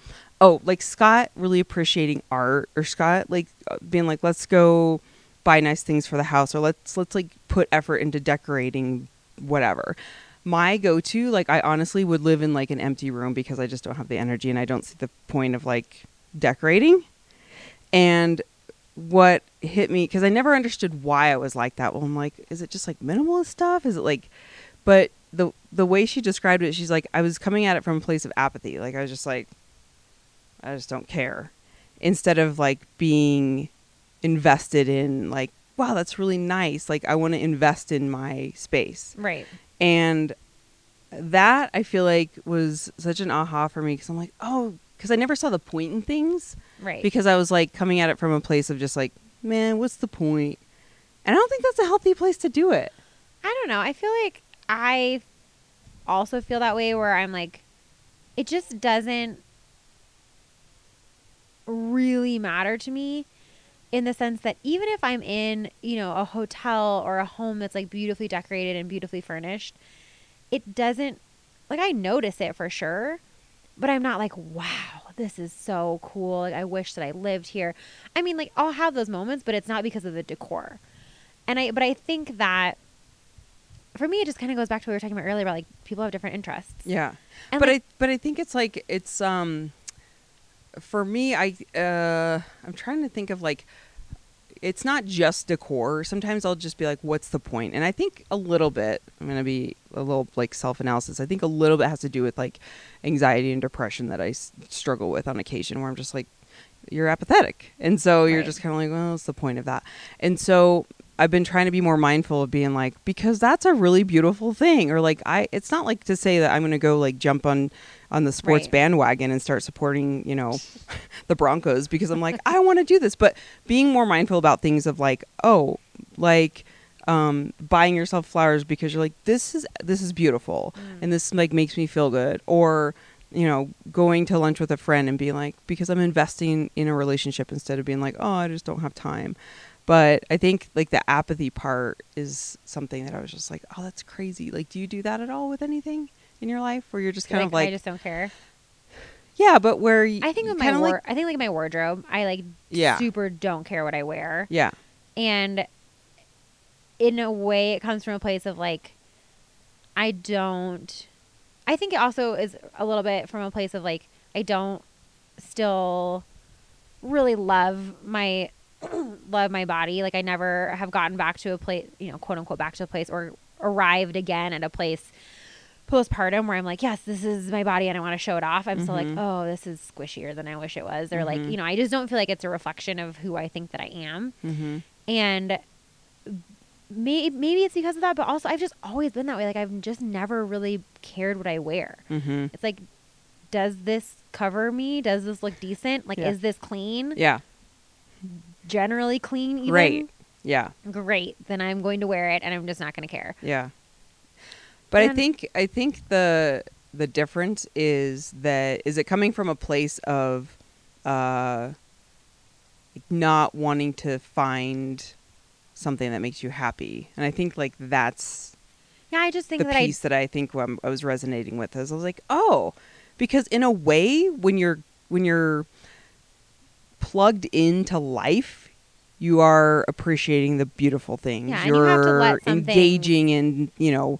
Oh, like Scott really appreciating art or Scott like uh, being like let's go buy nice things for the house or let's let's like put effort into decorating whatever. My go-to like I honestly would live in like an empty room because I just don't have the energy and I don't see the point of like decorating. And what hit me because I never understood why I was like that. Well, I'm like, is it just like minimalist stuff? Is it like, but the the way she described it, she's like, I was coming at it from a place of apathy. Like I was just like, I just don't care. Instead of like being invested in like, wow, that's really nice. Like I want to invest in my space
Right.
and that I feel like was such an aha for me because I'm like, oh, because I never saw the point in things
Right.
because I was like coming at it from a place of just like, man, what's the point? And I don't think that's a healthy place to do it.
I don't know. I feel like I also feel that way where I'm like, it just doesn't really matter to me in the sense that even if I'm in, you know, a hotel or a home that's like beautifully decorated and beautifully furnished, it doesn't like I notice it for sure, but I'm not like, wow, this is so cool. Like I wish that I lived here. I mean, like I'll have those moments, but it's not because of the decor. And I but I think that for me it just kind of goes back to what we were talking about earlier about like people have different interests.
Yeah.
And,
but
like-
I but I think it's like it's um for me I uh I'm trying to think of like it's not just decor. Sometimes I'll just be like what's the point? And I think a little bit I'm going to be a little like self-analysis. I think a little bit has to do with like anxiety and depression that I s- struggle with on occasion where I'm just like you're apathetic. And so you're
Right.
just kind of like, well, what's the point of that? And so I've been trying to be more mindful of being like, because that's a really beautiful thing. Or like, I, it's not like to say that I'm going to go like jump on, on the sports
Right.
bandwagon and start supporting, you know, the Broncos because I'm like, I want to do this. But being more mindful about things of like, oh, like, um, buying yourself flowers because you're like this is this is beautiful
Mm.
and this like makes me feel good or you know going to lunch with a friend and being like because i'm investing in a relationship instead of being like oh i just don't have time but i think like the apathy part is something that i was just like oh that's crazy like do you do that at all with anything in your life where you're just kind of like
I just don't care.
yeah but where you,
I think with my
kinda
war-
like,
I think like my wardrobe, I like
Yeah.
super don't care what I wear.
yeah
and in a way it comes from a place of like i don't i think it also is a little bit from a place of like i don't still really love my love my body like i never have gotten back to a place you know quote unquote back to a place or arrived again at a place postpartum where i'm like yes this is my body and i want to show it off i'm still like
Mhm.
oh this is squishier than i wish it was or like
Mhm.
you know i just don't feel like it's a reflection of who i think that i am
mm-hmm.
and may- maybe it's because of that but also i've just always been that way like i've just never really cared what i wear
Mm-hmm.
it's like does this cover me does this look decent like
Yeah.
is this clean
yeah
generally clean even?
right yeah
great then i'm going to wear it and i'm just not going to care
Yeah. But I
And-
think I think the the difference is that is it coming from a place of uh like not wanting to find something that makes you happy. And I think like that's
yeah i just think
the
that
piece that I think i I was resonating with is I was like, "Oh, because in a way when you're when you're plugged into life, you are appreciating the beautiful things.
and
You're
you have to let some
engaging in, you know,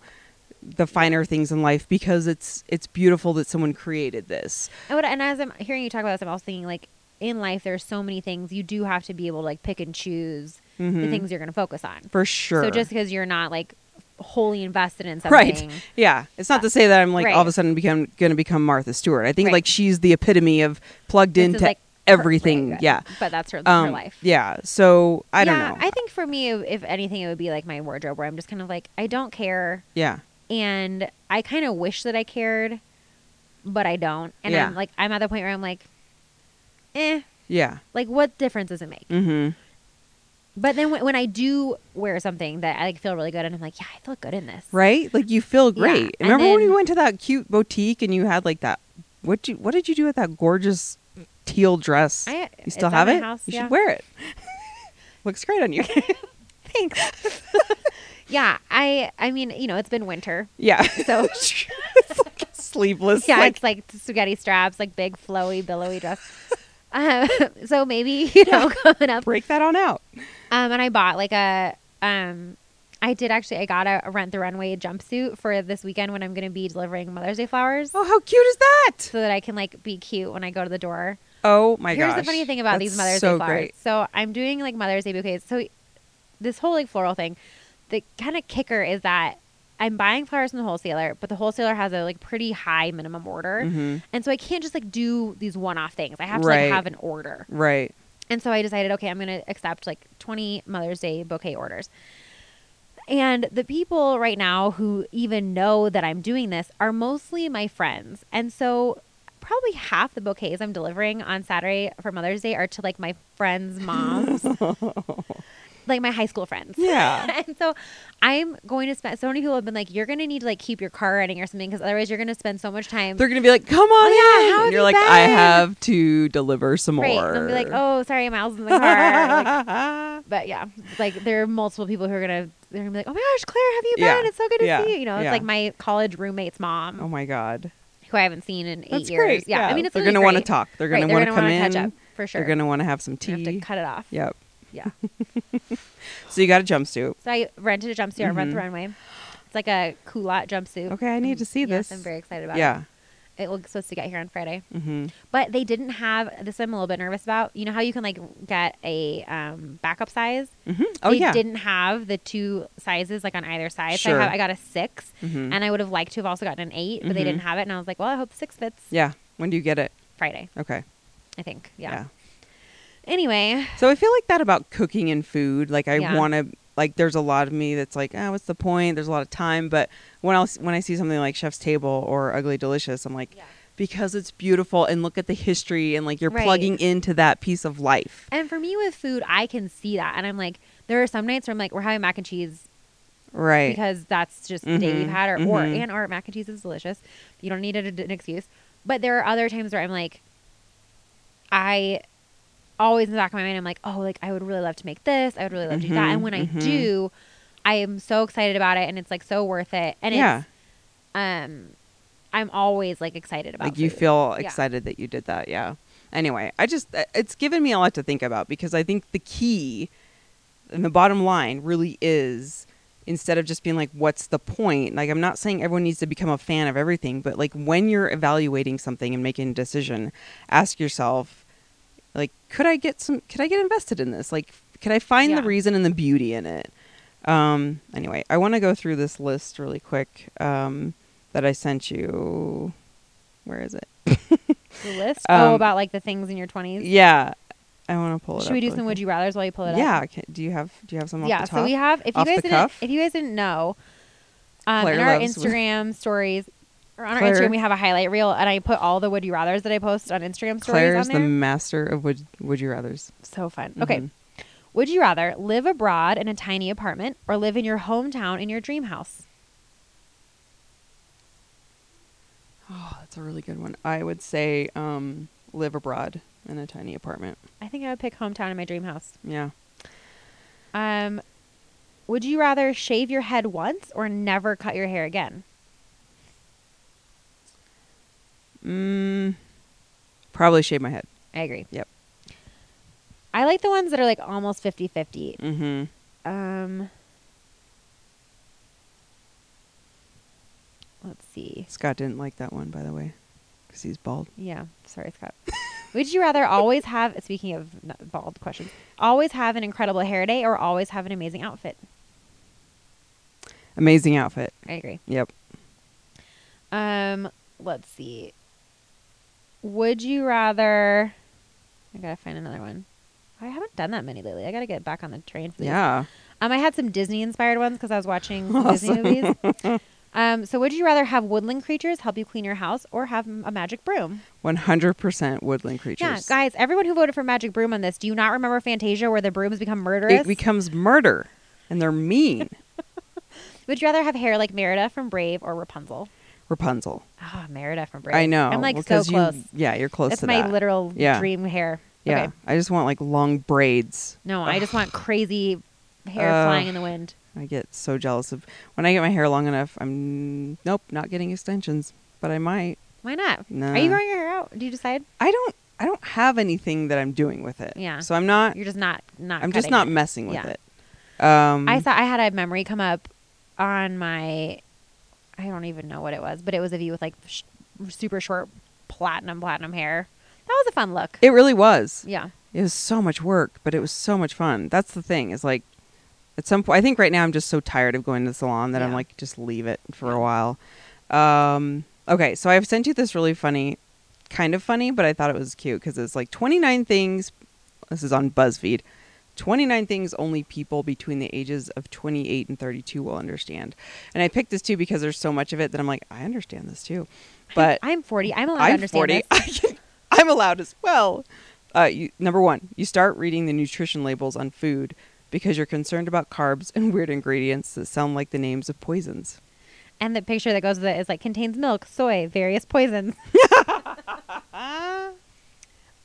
the finer things in life because it's it's beautiful that someone created this.
I would, and as i'm hearing you talk about this i'm also thinking like in life there's so many things you do have to be able to like pick and choose the
Mhm.
things you're going to focus on
For sure.
so just because you're not like wholly invested in
Right.
something
Yeah. It's not to say that I'm like all of
Right.
a sudden become going to become Martha Stewart. I think
Right.
like she's the epitome of plugged
This is,
into
like, her-
everything.
right,
yeah.
but that's her, her life
Um, Yeah. So I don't
Yeah,
know.
I think for me, if if anything, it would be like my wardrobe, where I'm just kind of like, I don't care,
yeah.
and I kind of wish that I cared, but I don't, and
Yeah.
I'm like, I'm at the point where I'm like, eh,
Yeah.
like what difference does it make?
Mhm.
But then when, when I do wear something that I like feel really good, and I'm like, yeah, I feel good in this,
Right? Like you feel great.
and
Remember when
then-
we went to that cute boutique and you had like that what you what did you do with that gorgeous teal dress?
I-
you
it's
still
at
have
my
it?
house,
you
yeah.
should wear it. Looks great on you.
Thanks. yeah, I, I mean, you know, it's been winter,
yeah.
so
it's like sleeveless.
yeah,
like,
it's like spaghetti straps, like big flowy, billowy dress. Um, so maybe you know, coming up
break that on out.
Um, and I bought like a um, I did actually. I got a, a rent the runway jumpsuit for this weekend when I'm going to be delivering Mother's Day flowers,
Oh, how cute is that?
so that I can like be cute when I go to the door.
Oh my
Here's
gosh.
the funny thing about
That's
these Mother's
so
Day flowers.
great.
So I'm doing like Mother's Day bouquets. So this whole like floral thing, the kind of kicker is that I'm buying flowers from the wholesaler, but the wholesaler has a like pretty high minimum order,
Mhm.
and so I can't just like do these one-off things. I have to
Right.
like have an order.
Right.
And so I decided, okay, I'm going to accept like 20 Mother's Day bouquet orders. And the people right now who even know that I'm doing this are mostly my friends. And so probably half the bouquets I'm delivering on Saturday for Mother's Day are to like my friends' moms. like my high school friends.
Yeah.
and so I'm going to spend so many people have been like, you're going to need to like keep your car running or something because otherwise you're going to spend so much time.
They're gonna be like, "Come on,
Um, Oh, yeah,
in."
how
and
have
you're
you
like, "I
been?"
have to deliver some
right.
more."
And I'll be like, oh, sorry, Miles in the car. Like, but yeah, like there are multiple people who are gonna they're gonna be like, oh my gosh, Claire, have you been?
Yeah.
It's so good to
Yeah.
see you. You know, it's
Yeah.
like my college roommate's mom
oh my god,
who I haven't seen in eight
that's
years.
great.
Yeah. I mean, it's
they're
gonna,
want to
great.
talk. They're
Right,
gonna
they're
want to
gonna
come
wanna
in.
catch up for sure.
They're gonna want to have some
You have to
tea.
cut it off.
Yep.
Yeah.
So you got a jumpsuit.
So I rented a jumpsuit on Rent the
Mhm.
Runway. It's like a culotte jumpsuit.
Okay, I need to see
Yes,
this.
I'm very excited about
Yeah.
it. It was supposed to get here on Friday.
Mm-hmm.
But they didn't have this I'm a little bit nervous about. You know how you can like get a um, backup size?
Mm-hmm. Oh
they
yeah.
didn't have the two sizes like on either side. So
Sure.
I, have, I got a 6
Mhm.
and I would have liked to have also gotten an eight, but they
Mhm.
didn't have it. And I was like, well, I hope six fits
Yeah. When do you get it?
Friday,
Okay.
I think. Yeah.
Yeah.
Anyway,
So I feel like that about cooking and food. Like I
Yeah.
want to like there's a lot of me that's like, "Ah, what's the point? There's a lot of time." But when else when I see something like Chef's Table or Ugly Delicious, I'm like, because it's beautiful and look at the history and like you're
Right.
plugging into that piece of life.
and for me with food, I can see that. And I'm like, there are some nights where I'm like, we're having mac and cheese
Right.
because that's just the day
Mhm,
we've had, or, or
mhm.
and or mac and cheese is delicious. You don't need it, an excuse. But there are other times where I'm like, I always in the back of my mind, I'm like, oh, like I would really love to make this. I would really love to do that.
Mhm,
And when
mhm.
I do, I am so excited about it, and it's like so worth it. And
yeah.
it's, um, I'm always like excited about.
Like you
food.
feel
Yeah.
excited that you did that. Yeah. Anyway, I just uh, it's given me a lot to think about because I think the key and the bottom line really is instead of just being like what's the point? Like I'm not saying everyone needs to become a fan of everything, but like when you're evaluating something and making a decision, ask yourself like could I get some could I get invested in this? Like could I find the
Yeah.
reason and the beauty in it? Um anyway, I want to go through this list really quick um that I sent you. Where is it?
the list.
um,
oh, about like the things in your 20s.
Yeah, I want to pull it.
Should
up
we do
really
some
quick.
would you rather's while you pull it up?
Yeah. Can, do you have Do you have some?
yeah
Off the top?
so we have if you
Off the
guys didn't
cuff?
if you guys didn't know um, in
Claire
our
loves-
instagram stories or on
Claire-
our instagram we have a highlight reel and i put all the would you rather's that i post on instagram stories
Claire
on
is
there
the master of would Would you rather's.
so fun okay
Mhm.
would you rather live abroad in a tiny apartment or live in your hometown in your dream house
Oh, that's a really good one. I would say um, live abroad in a tiny apartment.
i think i would pick hometown in my dream house
Yeah.
um would you rather shave your head once or never cut your hair again
Mm, probably shave my head.
i agree
Yep.
i like the ones that are like almost 50-50
Mm-hmm.
Um, let's see.
Scott didn't like that one, by the way, because he's bald.
Yeah, sorry, Scott. Would you rather always have? Speaking of n- bald questions, always have an incredible hair day or always have an amazing outfit?
Amazing outfit.
I agree.
Yep.
Um, let's see. Would you rather? I gotta find another one. I haven't done that many lately. I gotta get back on the train for these.
Yeah.
Um, I had some Disney inspired ones because I was watching some Disney movies. Um, so would you rather have woodland creatures help you clean your house or have m- a magic broom?
One hundred percent woodland creatures.
Yeah, guys, everyone who voted for magic broom on this, do you not remember Fantasia where the brooms become murderous?
It becomes murder, and they're mean.
would you rather have hair like Merida from Brave or Rapunzel?
Rapunzel.
Ah, Merida from Brave.
I know.
I'm like so
because you-
close.
yeah, you're close
That's
to
my
that.
literal
Yeah.
dream hair.
Yeah,
Okay.
I just want like long braids.
No,
Ugh,
I just want crazy hair
Ugh.
flying in the wind.
I get so jealous of when I get my hair long enough. I'm nope, not getting extensions, but I might.
Why not?
Nah.
Are you growing your hair out? Do you decide?
I don't. I don't have anything that I'm doing with it.
Yeah.
So I'm not.
You're just not not.
I'm just
cutting
not
it.
messing with
Yeah.
it. Um.
I saw I had a memory come up on my I don't even know what it was, but it was of you with like sh- super short platinum platinum hair. That was a fun look.
It really was.
yeah.
It was so much work, but it was so much fun. That's the thing. Is like, at some point, I think right now I'm just so tired of going to the salon that I'm
Yeah.
like, just leave it for a while. Um. Okay, so I've sent you this really funny, kind of funny, but I thought it was cute because it's like 29 things. This is on BuzzFeed. 29 things only people between the ages of 28 and 32 will understand. And I picked this too because there's so much of it that I'm like, I understand this too. But
I'm 40. I'm allowed to
I'm
understand
40.
this.
I am allowed as well. Uh, you, number one, you start reading the nutrition labels on food because you're concerned about carbs and weird ingredients that sound like the names of poisons.
And the picture that goes with it is like contains milk, soy, various poisons.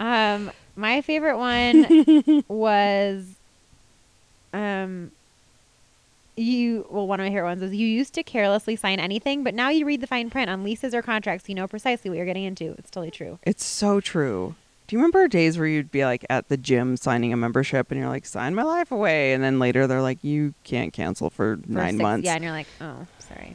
um, my favorite one was, um, you. Well, one of my favorite ones is you used to carelessly sign anything, but now you read the fine print on leases or contracts. You know precisely what you're getting into. It's totally true.
It's so true. Do you remember days where you'd be like at the gym signing a membership and you're like, sign my life away? And then later they're like, you can't cancel for,
for
nine
six-
months.
Yeah, and you're like, oh, sorry.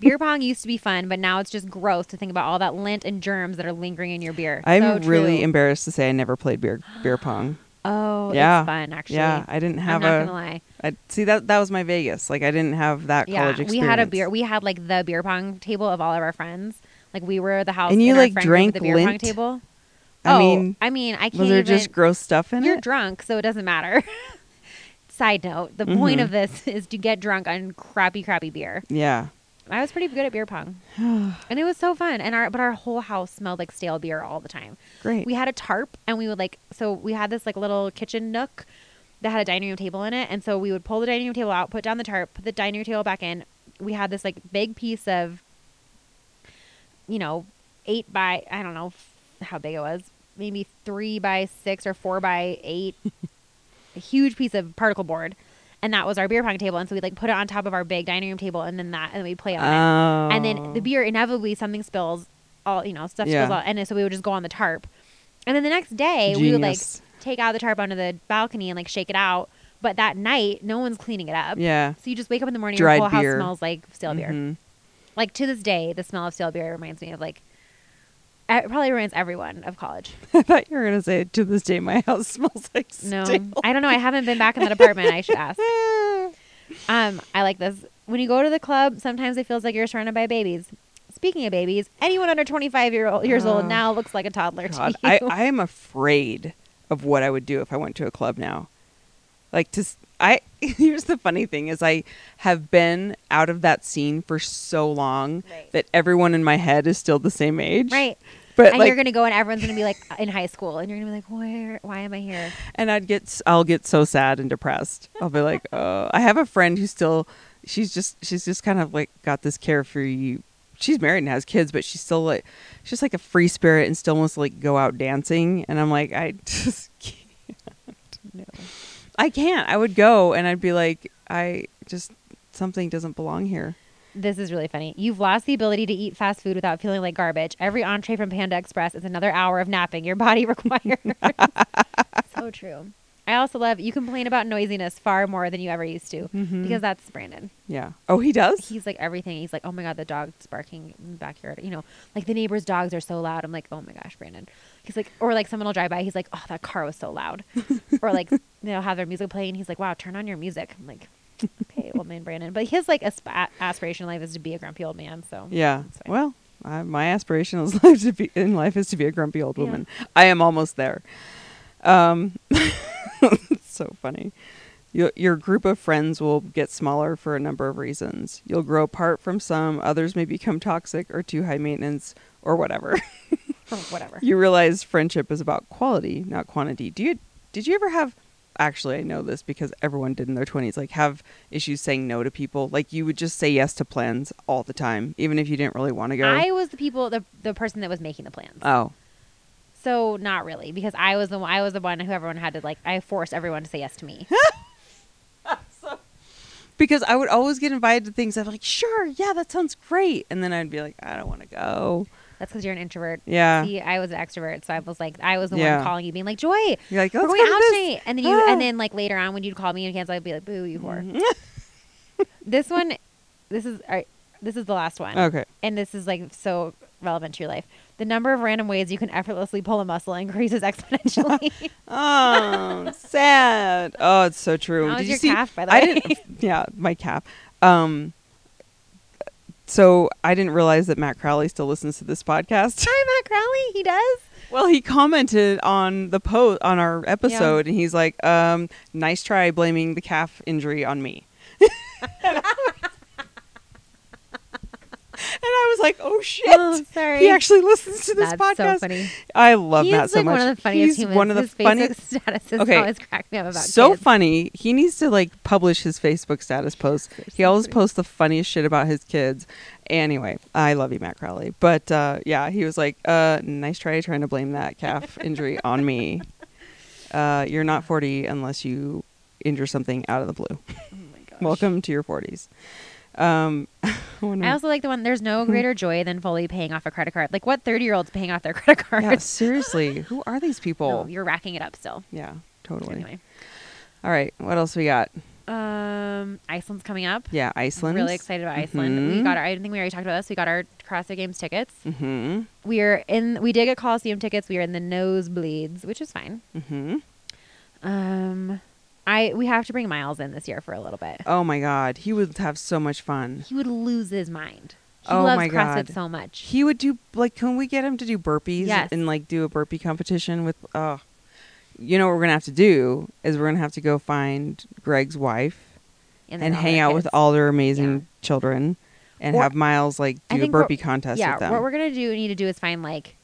Beer pong used to be fun, but now it's just gross to think about all that lint and germs that are lingering in your beer.
I'm
So
really
true.
embarrassed to say I never played beer beer pong.
oh,
Yeah.
it's fun actually.
Yeah, I didn't
I'm
have
not gonna
a.
lie.
I see that that was my Vegas. Like I didn't have that
Yeah,
college experience.
we had a beer. We had like the beer pong table of all of our friends. Like we were the house,
And you,
in our
like,
friend group
drank
at the beer pong
lint?
table.
I
oh,
mean,
I mean, I can't.
was there
even,
just gross stuff in
you're
it?
drunk, so it doesn't matter. Side note:
Mm-hmm.
the point of this is to get drunk on crappy, crappy beer.
yeah.
I was pretty good at beer pong, and it was so fun. And our but our whole house smelled like stale beer all the time.
Great.
We had a tarp, and we would like so we had this like little kitchen nook that had a dining room table in it, and so we would pull the dining room table out, put down the tarp, put the dining room table back in. We had this like big piece of, you know, eight by I don't know f- how big it was, maybe three by six or four by eight, a huge piece of particle board. And that was our beer pong table, and so we like put it on top of our big dining room table, and then that, and we play on it
oh.
and then the beer inevitably something spills all you know stuff
Yeah.
spills all and then- so we would just go on the tarp and then the next day we would like
Genius.
take out the tarp onto the balcony and like shake it out but that night no one's cleaning it up
Yeah.
so you just wake up in the morning
Dried
your whole
beer.
house smells like stale beer
Mhm.
like to this day the smell of stale beer reminds me of like it probably reminds everyone of college
I thought you were gonna say to this day my house smells like
no
stale
i don't know i haven't been back in that apartment i should ask
beer.
Um, I like this. When you go to the club, sometimes it feels like you're surrounded by babies. Speaking of babies, anyone under 25 year old, years old
Oh,
now looks like a toddler
God,
to you.
I, I am afraid of what I would do if I went to a club now. Like to s- I here's the funny thing is I have been out of that scene for so long
Right.
that everyone in my head is still the same age.
right.
But
and
like
you're gonna go and everyone's gonna be like uh, in high school, and you're gonna be like, where? Why am I here?
and I'd get s- I'll get so sad and depressed. I'll be like, "Oh, I have a friend who still she's just she's just kind of like got this carefree she's married and has kids, but she's still like she's just like a free spirit and still wants to like go out dancing." And I'm like, "I just can't.
No.
I can't. I would go and I'd be like, I just something doesn't belong here."
This is really funny. You've lost the ability to eat fast food without feeling like garbage. Every entree from Panda Express is another hour of napping your body requires. so true. I also love you complain about noisiness far more than you ever used to
Mhm.
because that's Brandon.
Yeah. Oh, he does?
he's like everything. He's like, oh my god, the dog's barking in the backyard. You know, like the neighbors' dogs are so loud. I'm like, oh my gosh, Brandon. He's like, or like someone will drive by. He's like, oh, that car was so loud. or like they'll have their music playing. He's like, wow, turn on your music. I'm like, okay, old man Brandon. But his like asp- aspiration in life is to be a grumpy old man. So
yeah.
it's fine.
Well, I, my aspiration is life to be in life is to be a grumpy old
Yeah.
woman. I am almost there. Um, it's so funny. Your, your group of friends will get smaller for a number of reasons. You'll grow apart from some, others may become toxic or too high maintenance or whatever.
or whatever.
you realize friendship is about quality, not quantity. Do you did you ever have actually I know this because everyone did in their 20s like have issues saying no to people. Like you would just say yes to plans all the time even if you didn't really want to go.
I was the people, the the person that was making the plans.
oh.
so not really, because I was the one- I was the one who everyone had to like. I forced everyone to say yes to me.
Because I would always get invited to things. I'm like, "Sure, yeah, that sounds great." And then I'd be like, "I don't want to go."
That's because you're an introvert.
Yeah.
See, I was an extrovert, so I was like, I was the
Yeah.
one calling you, being like, "Joy,
You're like,
we're
"Let's
going
go to
out
this."
tonight," and then you,
Ah.
and then like later on when you'd call me and cancel, I'd be like, "Boo, you whore."
Mm-hmm.
this one, this is all right, this is the last one.
Okay.
and this is like so relevant to your life. The number of random ways you can effortlessly pull a muscle increases exponentially.
Oh, sad. Oh, it's so true.
How was
Did you
your
see?
calf, by the
I
way?
didn't. Yeah, my calf. Um. So I didn't realize that Matt Crowley still listens to this podcast.
Hi, Matt Crowley. He does.
well, he commented on the post on our episode, and he's like, um, "Nice try blaming the calf injury on me." and I was was like, oh shit.
Oh, sorry.
He actually listens to this
That's
podcast.
so funny.
I love
He's
that so
like
much.
one of the funniest
He's
humans.
one of the
His
funniest.
Facebook statuses
Okay.
always crack me up about
So
kids.
funny. He needs to like publish his Facebook status posts. He
so
always
funny.
posts the funniest shit about his kids. Anyway, I love you, Matt Crowley. But uh, yeah, he was like, uh, nice try trying to blame that calf injury on me. Uh, you're not 40 unless you injure something out of the blue.
Oh my gosh.
Welcome to your 40s. Um, I wonder-
I also like the one. There's no
Hmm.
greater joy than fully paying off a credit card. Like what 30 year old's paying off their credit card?
yeah, seriously, who are these people?
No, you're racking it up still.
yeah, totally.
Anyway,
All right, what else we got?
um, Iceland's coming up.
Yeah,
I'm
Iceland.
really excited about Iceland. We
Mhm.
got our. I think we already talked about this. We got our CrossFit Games tickets.
Mm-hmm.
We are in. We did get Coliseum tickets. We are in the nosebleeds, which is fine.
Mm-hmm.
Um, I we have to bring Miles in this year for a little bit.
Oh my God, he would have so much fun.
He would lose his mind. He
Oh
loves
my
CrossFit
God.
so much.
He would do like, can we get him to do burpees
Yes.
and like do a burpee competition with? Oh, you know what we're gonna have to do is we're gonna have to go find Greg's wife and,
then all
hang
their
out
kids.
with all their amazing
Yeah.
children and
Or-
have Miles like
I
do a
think what-
burpee contest
yeah,
with them.
what we're gonna do need to do is find like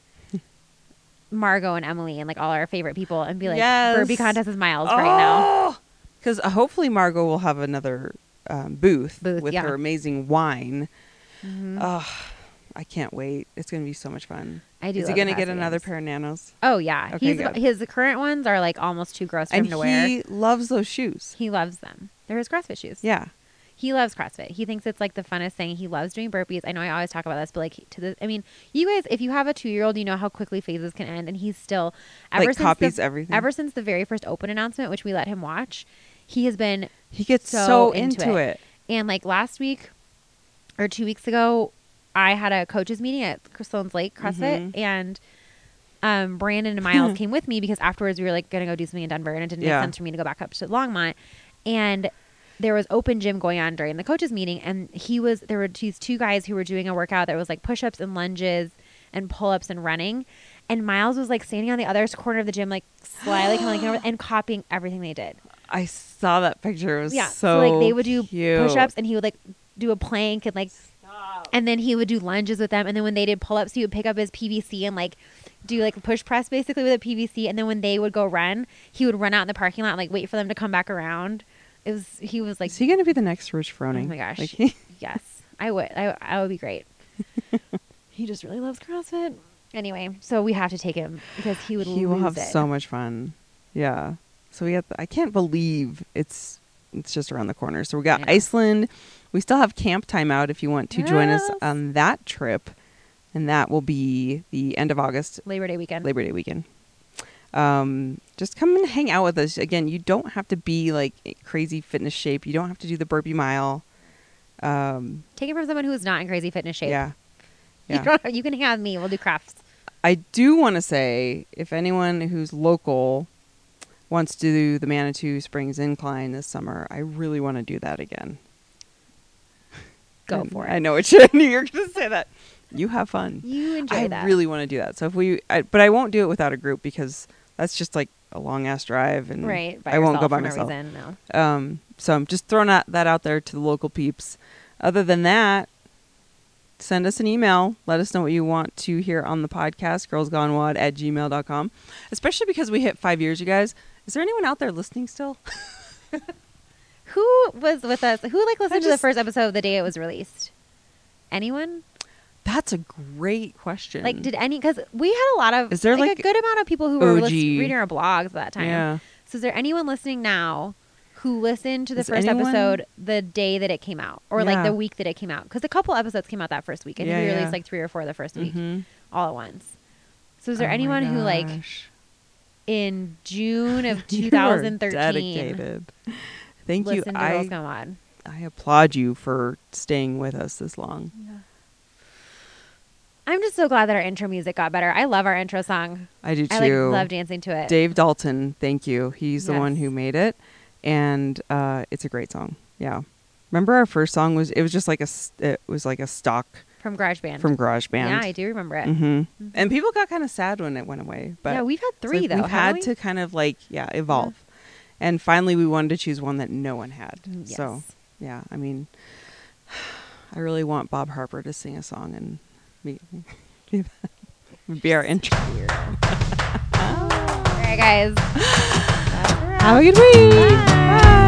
Margot and Emily and like all our favorite people and be like,
Yes. Oh,
Burpee contest is Miles right now.
Because uh, hopefully Margot will have another um, booth,
Booth,
with
yeah.
her amazing wine.
Mhm.
Ugh, I can't wait. It's going to be so much fun.
I do
Is he
love
gonna
the
get
CrossFit
another
Games.
pair of nanos?
Oh yeah,
Okay,
he's
good.
his current ones are like almost too gross for
And
him to wear.
he loves those shoes.
He loves them. They're his CrossFit shoes.
Yeah.
He loves CrossFit. He thinks it's like the funnest thing. He loves doing burpees. I know I always talk about this, but like to the, I mean, you guys, if you have a two-year-old, you know how quickly phases can end, and he's still ever
Like,
since the-
copies everything.
Ever since the very first open announcement, which we let him watch, he has been
He gets so,
so
into,
into
it.
it. and like last week or two weeks ago, I had a coaches meeting at Sloan's Lake CrossFit,
Mhm.
and um, Brandon and Miles came with me because afterwards we were like gonna go do something in Denver, and it didn't
Yeah.
make sense for me to go back up to Longmont. And there was open gym going on during the coaches meeting, and he was there were these two guys who were doing a workout that was like push ups and lunges and pull ups and running. And Miles was like standing on the other corner of the gym, like slyly coming over and copying everything they did
I saw that picture. It was
yeah
so
like they would do
cute.
push-ups and he would like do a plank and like and then he would do lunges with them and then when they did pull-ups he would pick up his pvc and like do like push press basically with a pvc and then when they would go run he would run out in the parking lot and like wait for them to come back around it was he was like
Is he going to be the next Rich
oh
Froning?
my gosh
Like, he-
yes i would i, I would be great he just really loves crossfit anyway so we have to take him because he would
he will have
lose it.
so much fun. Yeah. So we have. I can't believe it's it's just around the corner. So we
I
got
know.
Iceland. We still have camp time out if you want to join us
Yes.
on that trip, and that will be the end of August,
labor day weekend
Labor Day weekend. Um, just come and hang out with us. Again, you don't have to be like crazy fitness shape. You don't have to do the burpee mile. Um,
take it from someone who's not in crazy fitness shape
yeah.
You, don't have, you can hang out with me. We'll do crafts.
I do want to say if anyone who's local wants to do the Manitou Springs Incline this summer, I really want to do that again.
Go
And
for it.
I know what you- you're going to say that. You have fun.
You enjoy
I
that.
really want to do that. So if we, I, but I won't do it without a group because that's just like a long ass drive, and
right. By
I won't go
yourself
by
for no
myself.
reason, no.
Um, so I'm just throwing out, that out there to the local peeps. Other than that, send us an email. Let us know what you want to hear on the podcast, girlsgonewad at gmail.com. Especially because we hit five years, you guys. Is there anyone out there listening still?
Who was with us? Who like listened to the
just-
first episode the day it was released? Anyone?
That's a great question.
Like, did any? Because we had a lot of.
Mm. Is there,
a
like,
good amount of people who were list-
OG?
reading our blogs at that time?
Yeah.
So is there anyone listening now who listened to the
Is
first
anyone-
episode the day that it came out, or
Yeah.
like the week that it came out? Because a couple episodes came out that first week. I think
Yeah,
we
yeah.
released like three or four the first week,
Mhm.
all at once. So is there
Oh my
anyone who like
gosh.
in June of
You are
2013?
Dedicated. Thank you.
listen to
I,
Girls Gone Wild.
I applaud you for staying with us this long.
I'm just so glad that our intro music got better. I love our intro song.
I do too.
I like love dancing to it.
Eh, Dave Dalton, thank you. He's the one
Yes.
who made it, and uh, it's a great song. Yeah, remember our first song was it was just like a s- it was like a stock
from GarageBand.
from Garage Band.
Yeah, I do remember it.
hmm And people got kind of sad when it went away, but
yeah, we've had
so
three though.
We've had
haven't
to kind of like yeah evolve, and finally we wanted to choose one that no one had.
we? Mm, Yes.
So yeah, I mean, I really want Bob Harper to sing a song, and Be, be our intro.
All right, guys.
Have a good week.
Bye.